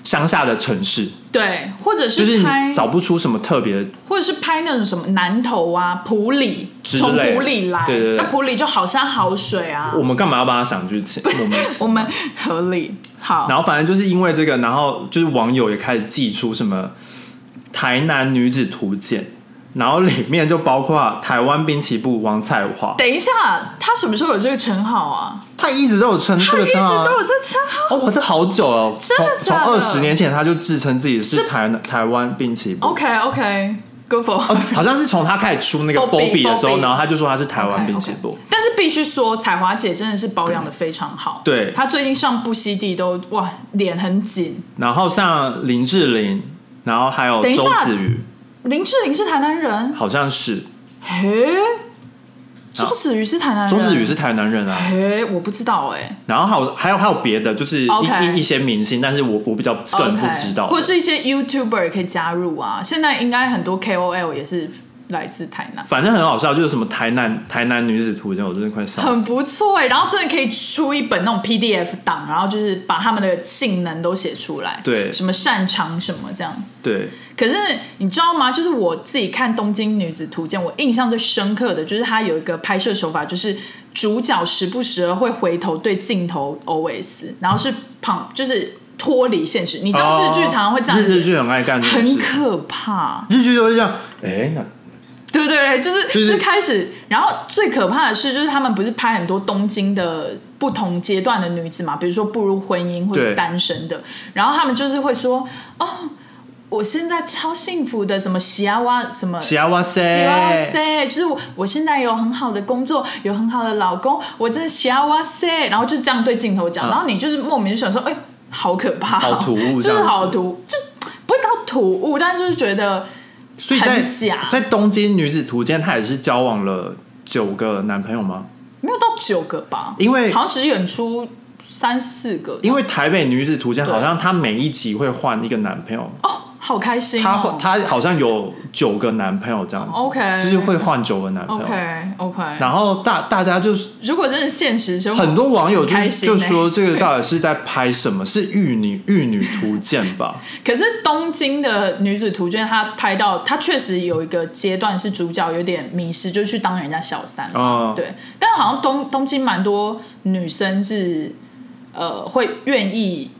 [SPEAKER 2] 乡下的城市，
[SPEAKER 1] 对，或者
[SPEAKER 2] 就是你
[SPEAKER 1] 拍
[SPEAKER 2] 找不出什么特别的。
[SPEAKER 1] 或者是拍那种什么南投啊、普里，
[SPEAKER 2] 之
[SPEAKER 1] 从
[SPEAKER 2] 类的
[SPEAKER 1] 普里来，
[SPEAKER 2] 对对对
[SPEAKER 1] 那普里就好山好水啊。
[SPEAKER 2] 我们干嘛要帮他想剧情？我 们。
[SPEAKER 1] 我们合理好，
[SPEAKER 2] 然后反正就是因为这个，然后就是网友也开始寄出什么台南女子图鉴，然后里面就包括台湾滨崎步王彩华，
[SPEAKER 1] 等一下，他什么时候有这个称号啊？
[SPEAKER 2] 他一直都有称这个
[SPEAKER 1] 一直
[SPEAKER 2] 称号啊
[SPEAKER 1] 都。有这个称号。
[SPEAKER 2] 哦，我这好久了，
[SPEAKER 1] 真
[SPEAKER 2] 从
[SPEAKER 1] 的
[SPEAKER 2] 从
[SPEAKER 1] 假的
[SPEAKER 2] 二十年前他就自称自己是
[SPEAKER 1] 是哦
[SPEAKER 2] 台南台湾滨崎步
[SPEAKER 1] OK OK，Go for、
[SPEAKER 2] 哦，好像是从他开始出那个
[SPEAKER 1] Bobby，
[SPEAKER 2] Bobby 的时候，
[SPEAKER 1] Bobby
[SPEAKER 2] 然后他就说他是台湾滨崎
[SPEAKER 1] o k
[SPEAKER 2] 步。
[SPEAKER 1] 但是必须说，彩华姐真的是保养的非常好。
[SPEAKER 2] 对
[SPEAKER 1] 她最近上不息地都哇，脸很紧。
[SPEAKER 2] 然后像林志玲，然后还有
[SPEAKER 1] 等一
[SPEAKER 2] 周
[SPEAKER 1] 下
[SPEAKER 2] 子瑜，
[SPEAKER 1] 林志玲是台南人，
[SPEAKER 2] 好像是
[SPEAKER 1] 嘿，周子瑜是台南人，
[SPEAKER 2] 周子瑜是，台南人啊。
[SPEAKER 1] 嘿，我不知道哎、
[SPEAKER 2] 然后还有还有还有别的，就是一
[SPEAKER 1] OK
[SPEAKER 2] 一一些明星，但是我我比较个人不知道欸
[SPEAKER 1] o k 或者是一些 YouTuber 也可以加入啊。现在应该很多 KOL 也是来自台南，
[SPEAKER 2] 反正很好笑，就是什么台南台南女子图鉴，我真的快笑死。
[SPEAKER 1] 很不错哎、然后真的可以出一本那种 PDF 档，然后就是把他们的性能都写出来，
[SPEAKER 2] 对
[SPEAKER 1] 什么擅长什么这样。
[SPEAKER 2] 对，
[SPEAKER 1] 可是你知道吗？就是我自己看《东京女子图鉴》，我印象最深刻的就是它有一个拍摄手法，就是主角时不时地会回头对镜头 OS，然后是旁就是脱离现实。你知道日剧常常会这样，
[SPEAKER 2] 哦日日剧很爱干这种
[SPEAKER 1] 很
[SPEAKER 2] 事，
[SPEAKER 1] 可怕。
[SPEAKER 2] 日剧都会这样。哎，那
[SPEAKER 1] 对对对，就是
[SPEAKER 2] 就是
[SPEAKER 1] 就开始，然后最可怕的是，就是他们不是拍很多东京的不同阶段的女子嘛，比如说步入婚姻或者
[SPEAKER 2] 对
[SPEAKER 1] 是单身的，然后他们就是会说，哦，我现在超幸福的，什么喜啊哇，什么
[SPEAKER 2] 喜哇
[SPEAKER 1] 喜哇
[SPEAKER 2] 塞，
[SPEAKER 1] 塞，就是我我现在有很好的工作，有很好的老公，我真的喜啊哇塞，然后就是这样对镜头讲，
[SPEAKER 2] 嗯
[SPEAKER 1] 然后你就是莫名就想说，哎、好可怕、哦
[SPEAKER 2] 好突兀这
[SPEAKER 1] 就
[SPEAKER 2] 样
[SPEAKER 1] 是
[SPEAKER 2] 子
[SPEAKER 1] 好突，就不会到突兀，但就是觉得
[SPEAKER 2] 所以在
[SPEAKER 1] 很假
[SPEAKER 2] 在东京女子图鉴，她也是交往了九个男朋友吗？
[SPEAKER 1] 没有到九个吧，
[SPEAKER 2] 因为
[SPEAKER 1] 好像只演出三四个，
[SPEAKER 2] 因为台北女子图鉴
[SPEAKER 1] 对
[SPEAKER 2] 好像她每一集会换一个男朋友，
[SPEAKER 1] 哦，好开心、
[SPEAKER 2] 她
[SPEAKER 1] 哦
[SPEAKER 2] 会，她好像有九个男朋友这样子
[SPEAKER 1] OK
[SPEAKER 2] 就是会换九个男朋友。
[SPEAKER 1] OK OK，
[SPEAKER 2] 然后大大家就是
[SPEAKER 1] 如果真的现实生活，
[SPEAKER 2] 很多网友就
[SPEAKER 1] 很开心
[SPEAKER 2] 就
[SPEAKER 1] 欸
[SPEAKER 2] 说这个到底是在拍什么？是玉女 玉女图鉴吧？
[SPEAKER 1] 可是东京的女子图鉴，她拍到她确实有一个阶段是主角有点迷失，就去当人家小三嘛
[SPEAKER 2] 哦
[SPEAKER 1] 对，但好像东东京蛮多女生是呃会愿意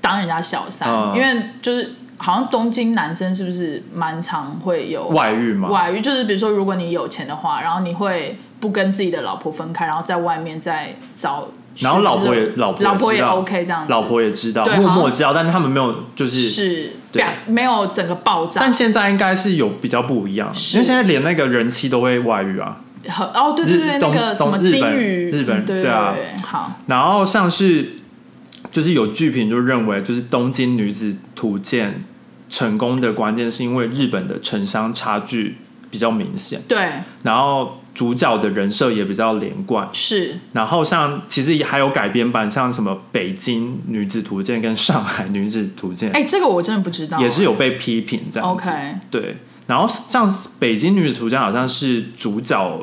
[SPEAKER 1] 当人家小三，
[SPEAKER 2] 哦
[SPEAKER 1] 因为就是好像东京男生是不是蛮常会有
[SPEAKER 2] 外遇吗？
[SPEAKER 1] 外遇就是比如说，如果你有钱的话，然后你会不跟自己的老婆分开，然后在外面再找寻
[SPEAKER 2] 然
[SPEAKER 1] 乐，
[SPEAKER 2] 后老婆也老婆
[SPEAKER 1] 老也
[SPEAKER 2] 也知道
[SPEAKER 1] OK 这样子，
[SPEAKER 2] 老婆也知道，
[SPEAKER 1] 对
[SPEAKER 2] 默
[SPEAKER 1] 好
[SPEAKER 2] 默
[SPEAKER 1] 像
[SPEAKER 2] 知道，但是他们没有就是。
[SPEAKER 1] 是
[SPEAKER 2] 对
[SPEAKER 1] 表没有整个爆炸，
[SPEAKER 2] 但现在应该是有比较不一样，因为现在连那个人妻都会外遇啊。
[SPEAKER 1] 很哦对对对，
[SPEAKER 2] 日
[SPEAKER 1] 那
[SPEAKER 2] 东
[SPEAKER 1] 个什么
[SPEAKER 2] 东日
[SPEAKER 1] 金
[SPEAKER 2] 本
[SPEAKER 1] 鱼，
[SPEAKER 2] 日本
[SPEAKER 1] 嗯对
[SPEAKER 2] 对啊
[SPEAKER 1] 对，好
[SPEAKER 2] 然后像是就是有剧评就认为，就是《东京女子图鉴》成功的关键是因为日本的城乡差距比较明显，
[SPEAKER 1] 对
[SPEAKER 2] 然后主角的人设也比较连贯，
[SPEAKER 1] 是
[SPEAKER 2] 然后像其实也还有改编版，像什么《北京女子图鉴》跟《上海女子图鉴》
[SPEAKER 1] 哎，这个我真的不知道，
[SPEAKER 2] 也是有被批评这样子。
[SPEAKER 1] 哎 OK
[SPEAKER 2] 对，然后像北京女子图鉴好像是主角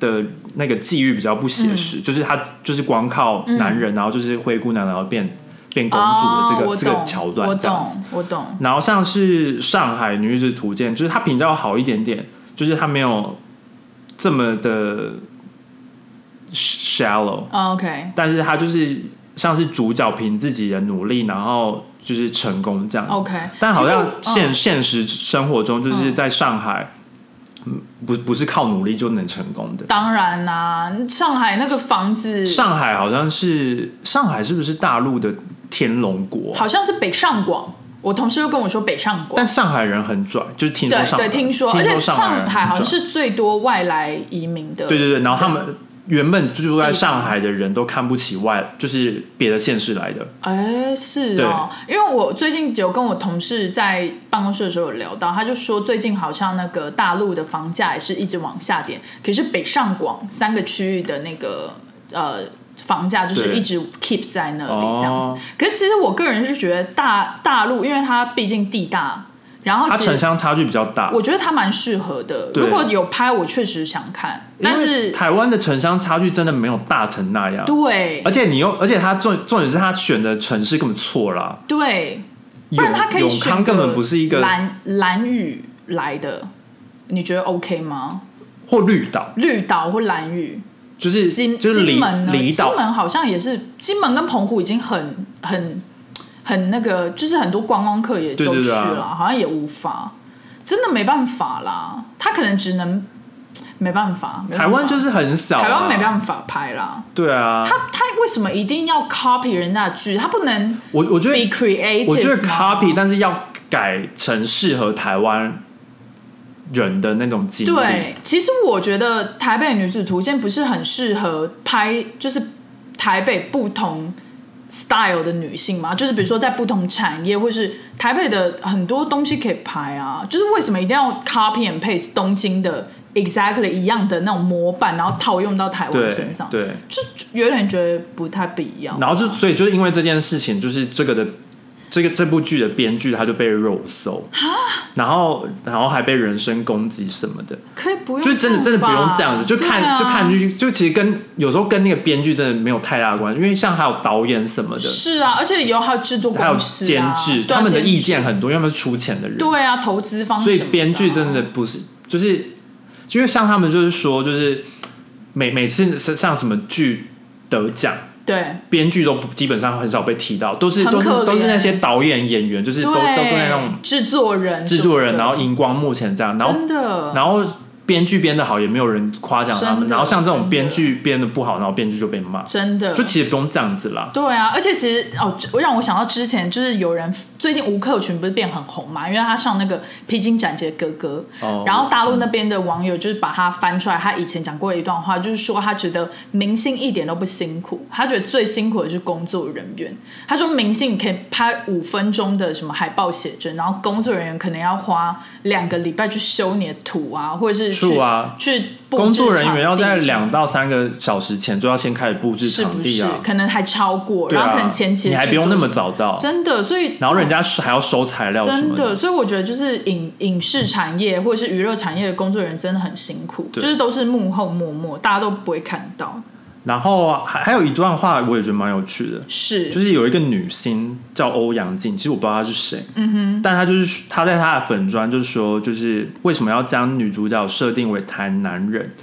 [SPEAKER 2] 的那个际遇比较不写
[SPEAKER 1] 嗯
[SPEAKER 2] 实，就是她就是光靠男人，然后就是灰姑娘，然后变变公主的这个、
[SPEAKER 1] 哦我
[SPEAKER 2] 这个
[SPEAKER 1] 懂
[SPEAKER 2] 桥段
[SPEAKER 1] 我
[SPEAKER 2] 这样子。
[SPEAKER 1] 懂，我懂，
[SPEAKER 2] 然后像是上海女子图鉴，就是它比较好一点点，就是它没有这么的 shallow，
[SPEAKER 1] 哦，OK，
[SPEAKER 2] 但是它就是像是主角凭自己的努力，然后就是成功这样子。
[SPEAKER 1] OK，
[SPEAKER 2] 但好像
[SPEAKER 1] 其实我
[SPEAKER 2] 现、
[SPEAKER 1] 嗯
[SPEAKER 2] 现实生活中，就是
[SPEAKER 1] 嗯
[SPEAKER 2] 在上海，嗯不不是靠努力就能成功的。
[SPEAKER 1] 当然啦、上海那个房子，
[SPEAKER 2] 上海好像是上海是不是大陆的天龙国啊、
[SPEAKER 1] 好像是北上广，我同事又跟我说北上广
[SPEAKER 2] 但，上海人很拽，就是听说
[SPEAKER 1] 对
[SPEAKER 2] 上
[SPEAKER 1] 对，
[SPEAKER 2] 海人
[SPEAKER 1] 听说，而
[SPEAKER 2] 听
[SPEAKER 1] 且
[SPEAKER 2] 说海
[SPEAKER 1] 上
[SPEAKER 2] 人
[SPEAKER 1] 海
[SPEAKER 2] 很
[SPEAKER 1] 好像
[SPEAKER 2] 拽
[SPEAKER 1] 是最多外来移民的，
[SPEAKER 2] 对对对，然后他们原本住在上海的人都看不起外，就是别的县市来的。
[SPEAKER 1] 哎，是哦，因为我最近有跟我同事在办公室的时候有聊到，他就说最近好像那个大陆的房价也是一直往下跌，可是北上广三个区域的那个呃房价就是
[SPEAKER 2] 对
[SPEAKER 1] 一直 keep 在那里这样子。
[SPEAKER 2] 哦
[SPEAKER 1] 可是其实我个人是觉得大大陆，因为它毕竟地大，然后
[SPEAKER 2] 它
[SPEAKER 1] 其
[SPEAKER 2] 城
[SPEAKER 1] 实
[SPEAKER 2] 乡差距比较大，
[SPEAKER 1] 我觉得它蛮适合的。
[SPEAKER 2] 对
[SPEAKER 1] 如果有拍，我确实想看，
[SPEAKER 2] 因为
[SPEAKER 1] 但是
[SPEAKER 2] 台湾的城乡差距真的没有大成那样。
[SPEAKER 1] 对
[SPEAKER 2] 而且你又，而且他重重点是他选的城市根本错啦，
[SPEAKER 1] 对，不
[SPEAKER 2] 永
[SPEAKER 1] 然他可以
[SPEAKER 2] 永
[SPEAKER 1] 选
[SPEAKER 2] 康
[SPEAKER 1] 个
[SPEAKER 2] 根本不是一个
[SPEAKER 1] 蓝蓝雨来的，你觉得 OK 吗？
[SPEAKER 2] 或绿岛，
[SPEAKER 1] 绿岛或蓝雨，
[SPEAKER 2] 就是
[SPEAKER 1] 金
[SPEAKER 2] 就是离
[SPEAKER 1] 金门呢？
[SPEAKER 2] 离
[SPEAKER 1] 金
[SPEAKER 2] 岛，
[SPEAKER 1] 门好像也是，金门跟澎湖已经很很很那个，就是很多观光客也
[SPEAKER 2] 对
[SPEAKER 1] 都
[SPEAKER 2] 对
[SPEAKER 1] 去
[SPEAKER 2] 对
[SPEAKER 1] 了，
[SPEAKER 2] 啊
[SPEAKER 1] 好像也无法，真的没办法啦。他可能只能没办法，没办法
[SPEAKER 2] 台湾就是很少、啊，
[SPEAKER 1] 台湾没办法拍啦。
[SPEAKER 2] 对啊，
[SPEAKER 1] 他他为什么一定要 copy 人家的剧？他不能
[SPEAKER 2] 我我觉
[SPEAKER 1] be
[SPEAKER 2] 得
[SPEAKER 1] creative？
[SPEAKER 2] 我觉得
[SPEAKER 1] 吗
[SPEAKER 2] copy，但是要改成适合台湾人的那种经历，
[SPEAKER 1] 对，其实我觉得《台北女子图鉴》不是很适合拍，就是台北不同 style 的女性嘛，就是比如说在不同产业，或是台北的很多东西可以拍啊。就是为什么一定要 copy and paste 东京的 exactly 一样的那种模板，然后套用到台湾
[SPEAKER 2] 对
[SPEAKER 1] 身上，
[SPEAKER 2] 对，
[SPEAKER 1] 就就有点觉得不太必要。
[SPEAKER 2] 然后就所以就是因为这件事情，就是这个的这个这部剧的编剧他就被肉搜，然后然后还被人身攻击什么的，
[SPEAKER 1] 可以不用，
[SPEAKER 2] 就真的真的不用这样子，就看、
[SPEAKER 1] 对啊
[SPEAKER 2] 就看剧，就其实跟有时候跟那个编剧真的没有太大的关系，因为像还有导演什么的，
[SPEAKER 1] 是啊，而且有还有制作
[SPEAKER 2] 还有
[SPEAKER 1] 公司、啊、
[SPEAKER 2] 监制，
[SPEAKER 1] 对啊
[SPEAKER 2] 他们的
[SPEAKER 1] 监制
[SPEAKER 2] 意见很多，因为他们是出钱的人，
[SPEAKER 1] 对啊，投资方什
[SPEAKER 2] 所
[SPEAKER 1] 么
[SPEAKER 2] 以
[SPEAKER 1] 啊，
[SPEAKER 2] 编剧真的不是就是，因为像他们就是说，就是每每次像什么剧得奖。
[SPEAKER 1] 对。
[SPEAKER 2] 编剧都不基本上很少被提到，都是
[SPEAKER 1] 很
[SPEAKER 2] 都是
[SPEAKER 1] 可怜
[SPEAKER 2] 都是那些导演演员，就是都都
[SPEAKER 1] 对，
[SPEAKER 2] 都在那种
[SPEAKER 1] 制作人、
[SPEAKER 2] 制作人，然后荧光幕前这样，然后
[SPEAKER 1] 真的，
[SPEAKER 2] 然后编剧编的好也没有人夸奖他
[SPEAKER 1] 真
[SPEAKER 2] 们，
[SPEAKER 1] 的
[SPEAKER 2] 然后像这
[SPEAKER 1] 真
[SPEAKER 2] 种
[SPEAKER 1] 的
[SPEAKER 2] 编剧编的不好，然后编剧就被骂，
[SPEAKER 1] 真的，
[SPEAKER 2] 就其实不用这样子啦。
[SPEAKER 1] 对啊，而且其实哦，这让我想到之前就是有人最近吴克群不是变很红嘛，因为他上那个《披荆斩棘的哥哥》
[SPEAKER 2] 哦
[SPEAKER 1] 然后大陆那边的网友就是把他翻出来，他以前讲过的一段话，就是说他觉得明星一点都不辛苦，他觉得最辛苦的是工作人员。他说明星你可以拍五分钟的什么海报写真，然后工作人员可能要花两个礼拜去修你的图啊，或者是去
[SPEAKER 2] 是啊
[SPEAKER 1] 去布置
[SPEAKER 2] 工作人
[SPEAKER 1] 场地
[SPEAKER 2] 员要在
[SPEAKER 1] 什么
[SPEAKER 2] 两到三个小时前就要先开始布置
[SPEAKER 1] 是
[SPEAKER 2] 场
[SPEAKER 1] 不
[SPEAKER 2] 地
[SPEAKER 1] 是
[SPEAKER 2] 啊，？
[SPEAKER 1] 可能还超过，
[SPEAKER 2] 对
[SPEAKER 1] 然后
[SPEAKER 2] 啊
[SPEAKER 1] 可能前期的
[SPEAKER 2] 你还不
[SPEAKER 1] 制作
[SPEAKER 2] 用那么早到，
[SPEAKER 1] 真的，所以
[SPEAKER 2] 然后人家还要收材料什
[SPEAKER 1] 真
[SPEAKER 2] 么
[SPEAKER 1] 的，。所以我觉得就是影影视产业或者是娱乐产业的工作人员真的很辛苦，就
[SPEAKER 2] 对
[SPEAKER 1] 是都是幕后默默，大家都不会看到，
[SPEAKER 2] 然后还还有一段话，我也觉得蛮有趣的，
[SPEAKER 1] 是
[SPEAKER 2] 就是有一个女星叫欧阳靖，其实我不知道她是谁，嗯哼，但她就是她在她的粉砖就是说，就是为什么要将女主角设定为台南人？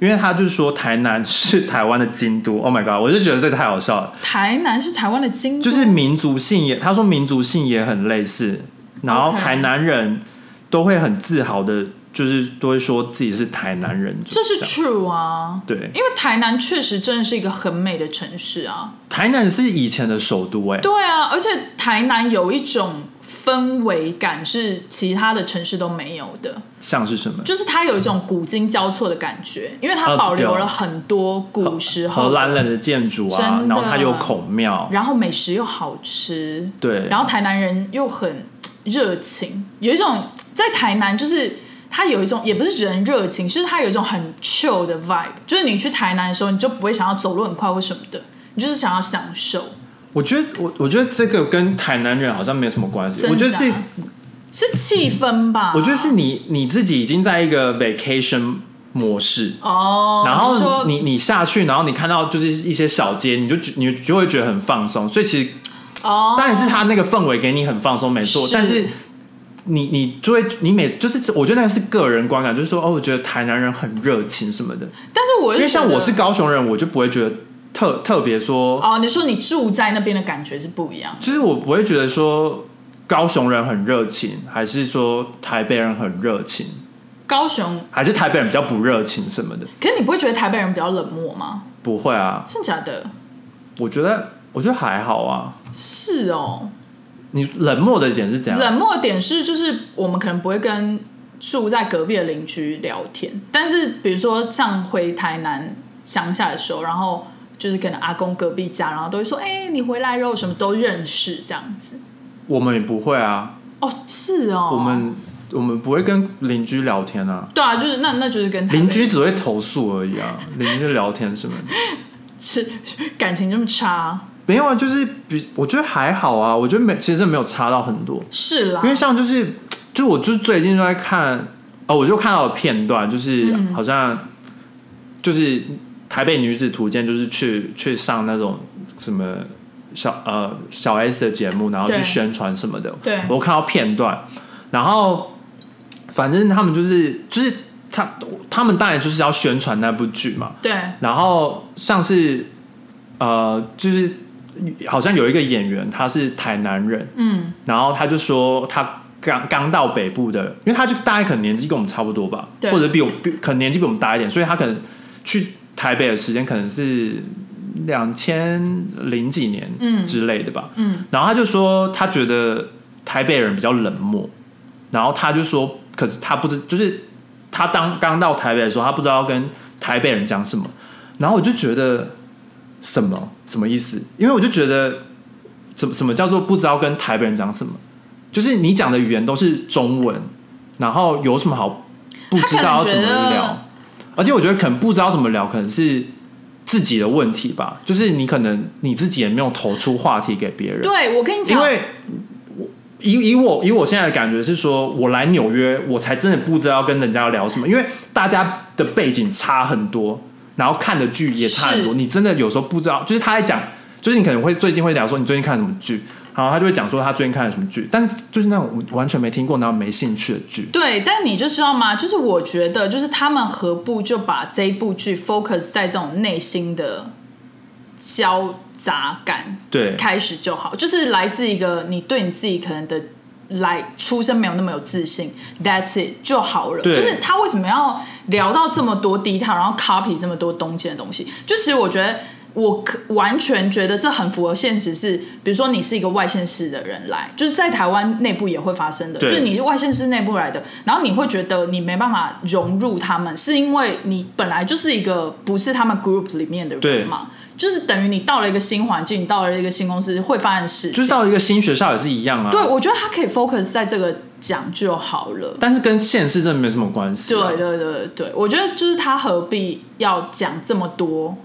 [SPEAKER 2] 因为她就是说台南是台湾的京都，Oh my god！我就觉得这个太好笑了，
[SPEAKER 1] 台南是台湾的京都，
[SPEAKER 2] 就是民族性也，她说民族性也很类似，然后
[SPEAKER 1] OK
[SPEAKER 2] 台南人都会很自豪的，就是都会说自己是台南人，
[SPEAKER 1] 这是
[SPEAKER 2] 就样
[SPEAKER 1] true 啊，
[SPEAKER 2] 对，
[SPEAKER 1] 因为台南确实真的是一个很美的城市啊，
[SPEAKER 2] 台南是以前的首都、哎，
[SPEAKER 1] 对啊，而且台南有一种氛围感是其他的城市都没有的，
[SPEAKER 2] 像是什么？
[SPEAKER 1] 就是它有一种古今交错的感觉，因为它
[SPEAKER 2] 啊
[SPEAKER 1] 保留
[SPEAKER 2] 对啊
[SPEAKER 1] 了很多古时候
[SPEAKER 2] 荷兰人的建筑啊
[SPEAKER 1] 真，的
[SPEAKER 2] 然后它有孔庙，
[SPEAKER 1] 然后美食又好吃，
[SPEAKER 2] 对，
[SPEAKER 1] 然后台南人又很热情，有一种在台南就是他有一种也不是人热情，就是他有一种很 chill 的 vibe，就是你去台南的时候，你就不会想要走路很快或什么的，你就是想要享受。
[SPEAKER 2] 我觉得我我觉得这个跟台南人好像没有什么关系，
[SPEAKER 1] 真的啊
[SPEAKER 2] 我觉得是
[SPEAKER 1] 是气氛吧？
[SPEAKER 2] 我觉得是
[SPEAKER 1] 啊
[SPEAKER 2] 你你自己已经在一个 vacation 模式，
[SPEAKER 1] 哦，
[SPEAKER 2] 然后
[SPEAKER 1] 说
[SPEAKER 2] 你你下去，然后你看到就是一些小街，你就觉你就会觉得很放松。所以其实
[SPEAKER 1] 哦，
[SPEAKER 2] 当然是他那个氛围给你很放松，没错，
[SPEAKER 1] 是
[SPEAKER 2] 但是。你你就会你每就是我觉得那个是个人观感，就是说哦，我觉得台南人很热情什么的，
[SPEAKER 1] 但是我
[SPEAKER 2] 因为像
[SPEAKER 1] 觉得
[SPEAKER 2] 我是高雄人，我就不会觉得特特别说，
[SPEAKER 1] 哦，你说你住在那边的感觉是不一样的，
[SPEAKER 2] 就是我不会觉得说高雄人很热情，还是说台北人很热情，
[SPEAKER 1] 高雄，
[SPEAKER 2] 还是台北人比较不热情什么的，
[SPEAKER 1] 可是你不会觉得台北人比较冷漠吗？
[SPEAKER 2] 不会啊，
[SPEAKER 1] 真假的？
[SPEAKER 2] 我觉得我觉得还好啊。
[SPEAKER 1] 是哦，
[SPEAKER 2] 你冷漠的点是怎样？
[SPEAKER 1] 冷漠点是就是我们可能不会跟住在隔壁的邻居聊天，但是比如说像回台南乡下的时候，然后就是可能阿公隔壁家，然后都会说：“哎、你回来喽！”什么都认识这样子。
[SPEAKER 2] 我们也不会啊，
[SPEAKER 1] 哦，是哦，
[SPEAKER 2] 我们我们不会跟邻居聊天啊，
[SPEAKER 1] 对啊，就是那那就是跟台北
[SPEAKER 2] 邻居只会投诉而已啊，邻居聊天什么的。
[SPEAKER 1] 是感情这么差，
[SPEAKER 2] 没有啊，就是比我觉得还好啊，我觉得没其实没有差到很多。
[SPEAKER 1] 是啦
[SPEAKER 2] 因，为像就是，就我就最近就在看，哦，我就看到了片段，就是
[SPEAKER 1] 嗯
[SPEAKER 2] 好像就是台北女子图鉴，就是去去上那种什么小呃小 S 的节目，然后去
[SPEAKER 1] 对
[SPEAKER 2] 宣传什么的。
[SPEAKER 1] 对
[SPEAKER 2] 我看到片段，然后反正他们就是就是他他们当然就是要宣传那部剧嘛，
[SPEAKER 1] 对
[SPEAKER 2] 然后像是呃，就是好像有一个演员，他是台南人，
[SPEAKER 1] 嗯，
[SPEAKER 2] 然后他就说他刚刚到北部的，因为他就大概可能年纪跟我们差不多吧，
[SPEAKER 1] 对
[SPEAKER 2] 或者比我比可能年纪比我们大一点，所以他可能去台北的时间可能是两千零几年
[SPEAKER 1] 嗯
[SPEAKER 2] 之类的吧，
[SPEAKER 1] 嗯，
[SPEAKER 2] 然后他就说他觉得台北人比较冷漠，然后他就说，可是他不知就是他当刚到台北的时候，他不知道要跟台北人讲什么，然后我就觉得什么什么意思？因为我就觉得怎么什么叫做不知道跟台北人讲什么，就是你讲的语言都是中文，然后有什么好不知道要怎
[SPEAKER 1] 他可
[SPEAKER 2] 么
[SPEAKER 1] 能觉
[SPEAKER 2] 聊
[SPEAKER 1] 得？
[SPEAKER 2] 而且我觉得可能不知道怎么聊，可能是自己的问题吧，就是你可能你自己也没有投出话题给别人。
[SPEAKER 1] 对我跟你
[SPEAKER 2] 因
[SPEAKER 1] 讲，
[SPEAKER 2] 为我以以我以我现在的感觉是说，我来纽约，我才真的不知道跟人家聊什么，因为大家的背景差很多，然后看的剧也差很多，
[SPEAKER 1] 是
[SPEAKER 2] 你真的有时候不知道，就是他在讲，就是你可能会最近会聊说你最近看什么剧，然后他就会讲说他最近看了什么剧，但是就是那种完全没听过然后没兴趣的剧，
[SPEAKER 1] 对，但你就知道吗？就是我觉得，就是他们何不就把这一部剧 focus 在这种内心的交杂感
[SPEAKER 2] 对
[SPEAKER 1] 开始就好，就是来自一个你对你自己可能的来出生没有那么有自信，That's it 就好了。就
[SPEAKER 2] 对
[SPEAKER 1] 是他为什么要聊到这么多 detail，然后 copy 这么多东西的东西？就其实我觉得。我可完全觉得这很符合现实是，比如说你是一个外县市的人来，就是在台湾内部也会发生的，就
[SPEAKER 2] 对
[SPEAKER 1] 是你外县市内部来的，然后你会觉得你没办法融入他们，是因为你本来就是一个不是他们 group 里面的
[SPEAKER 2] 对
[SPEAKER 1] 人嘛，就是等于你到了一个新环境，你到了一个新公司，会发生事情。
[SPEAKER 2] 就是到一个新学校也是一样啊，
[SPEAKER 1] 对，我觉得他可以 focus 在这个讲就好了。
[SPEAKER 2] 但是跟现实真的没什么关系、啊，
[SPEAKER 1] 对对对对，我觉得就是他何必要讲这么多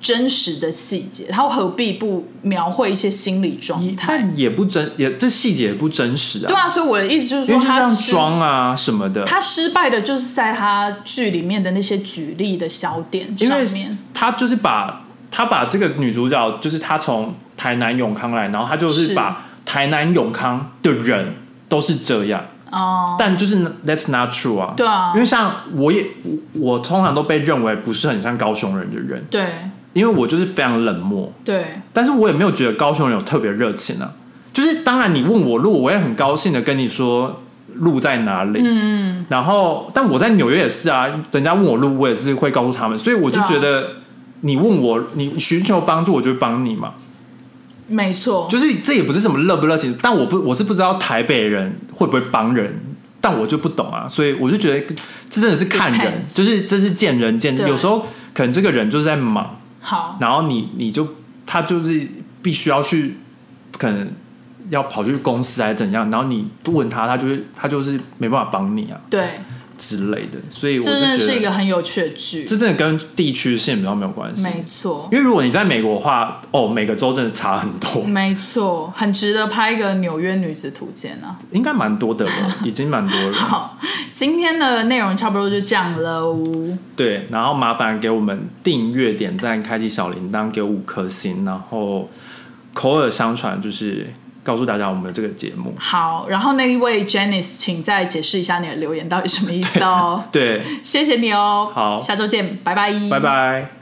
[SPEAKER 1] 真实的细节，他何必不描绘一些心理状
[SPEAKER 2] 也
[SPEAKER 1] 态？
[SPEAKER 2] 但也不真，也这细节也不真实啊，
[SPEAKER 1] 对啊，所以我的意思就是说
[SPEAKER 2] 因为就
[SPEAKER 1] 他
[SPEAKER 2] 像
[SPEAKER 1] 失
[SPEAKER 2] 装啊什么的，
[SPEAKER 1] 他失败的就是在他剧里面的那些举例的小点
[SPEAKER 2] 因
[SPEAKER 1] 上
[SPEAKER 2] 为
[SPEAKER 1] 面。
[SPEAKER 2] 他就是把他把这个女主角，就是她从台南永康来，然后她就是
[SPEAKER 1] 是
[SPEAKER 2] 把台南永康的人都是这样，
[SPEAKER 1] 哦、
[SPEAKER 2] 但就是 that's not true 啊，
[SPEAKER 1] 对啊
[SPEAKER 2] 因为像我也我我通常都被认为不是很像高雄人的人，
[SPEAKER 1] 对
[SPEAKER 2] 因为我就是非常冷漠，
[SPEAKER 1] 对
[SPEAKER 2] 但是我也没有觉得高雄人有特别热情啊。就是当然你问我路，我也很高兴的跟你说路在哪里。嗯，然后但我在纽约也是啊，人家问我路，我也是会告诉他们，所以我就
[SPEAKER 1] 对啊
[SPEAKER 2] 觉得你问我，你寻求帮助，我就会帮你嘛。
[SPEAKER 1] 没错，
[SPEAKER 2] 就是这也不是什么热不热情，但我不我是不知道台北人会不会帮人，但我就不懂啊，所以我就觉得这真的是看人，
[SPEAKER 1] Depends
[SPEAKER 2] 就是这是见仁见智，
[SPEAKER 1] 对
[SPEAKER 2] 有时候可能这个人就是在忙。
[SPEAKER 1] 好，
[SPEAKER 2] 然后你你就他就是必须要去，可能要跑去公司还是怎样，然后你问他，他就会他就是没办法帮你啊。
[SPEAKER 1] 对
[SPEAKER 2] 之类的，所以我
[SPEAKER 1] 这真的
[SPEAKER 2] 就觉
[SPEAKER 1] 是一
[SPEAKER 2] 得
[SPEAKER 1] 个很有趣的剧
[SPEAKER 2] 这，真的跟地区性比较没有关系。
[SPEAKER 1] 没错，
[SPEAKER 2] 因为如果你在美国的话，哦，每个州真的差很多，
[SPEAKER 1] 没错，很值得拍一个纽约女子图鉴啊。
[SPEAKER 2] 应该蛮多的 了，已经蛮多了。
[SPEAKER 1] 好，今天的内容差不多就这样喽，
[SPEAKER 2] 对，然后麻烦给我们订阅、点赞、开启小铃铛，给五颗星，然后口耳相传，就是告诉大家我们的这个节目。
[SPEAKER 1] 好，然后那一位 Janice，请再解释一下你的留言到底什么意思哦。
[SPEAKER 2] 对，
[SPEAKER 1] 谢谢你哦，
[SPEAKER 2] 好
[SPEAKER 1] 下周见，拜拜，
[SPEAKER 2] 拜。拜。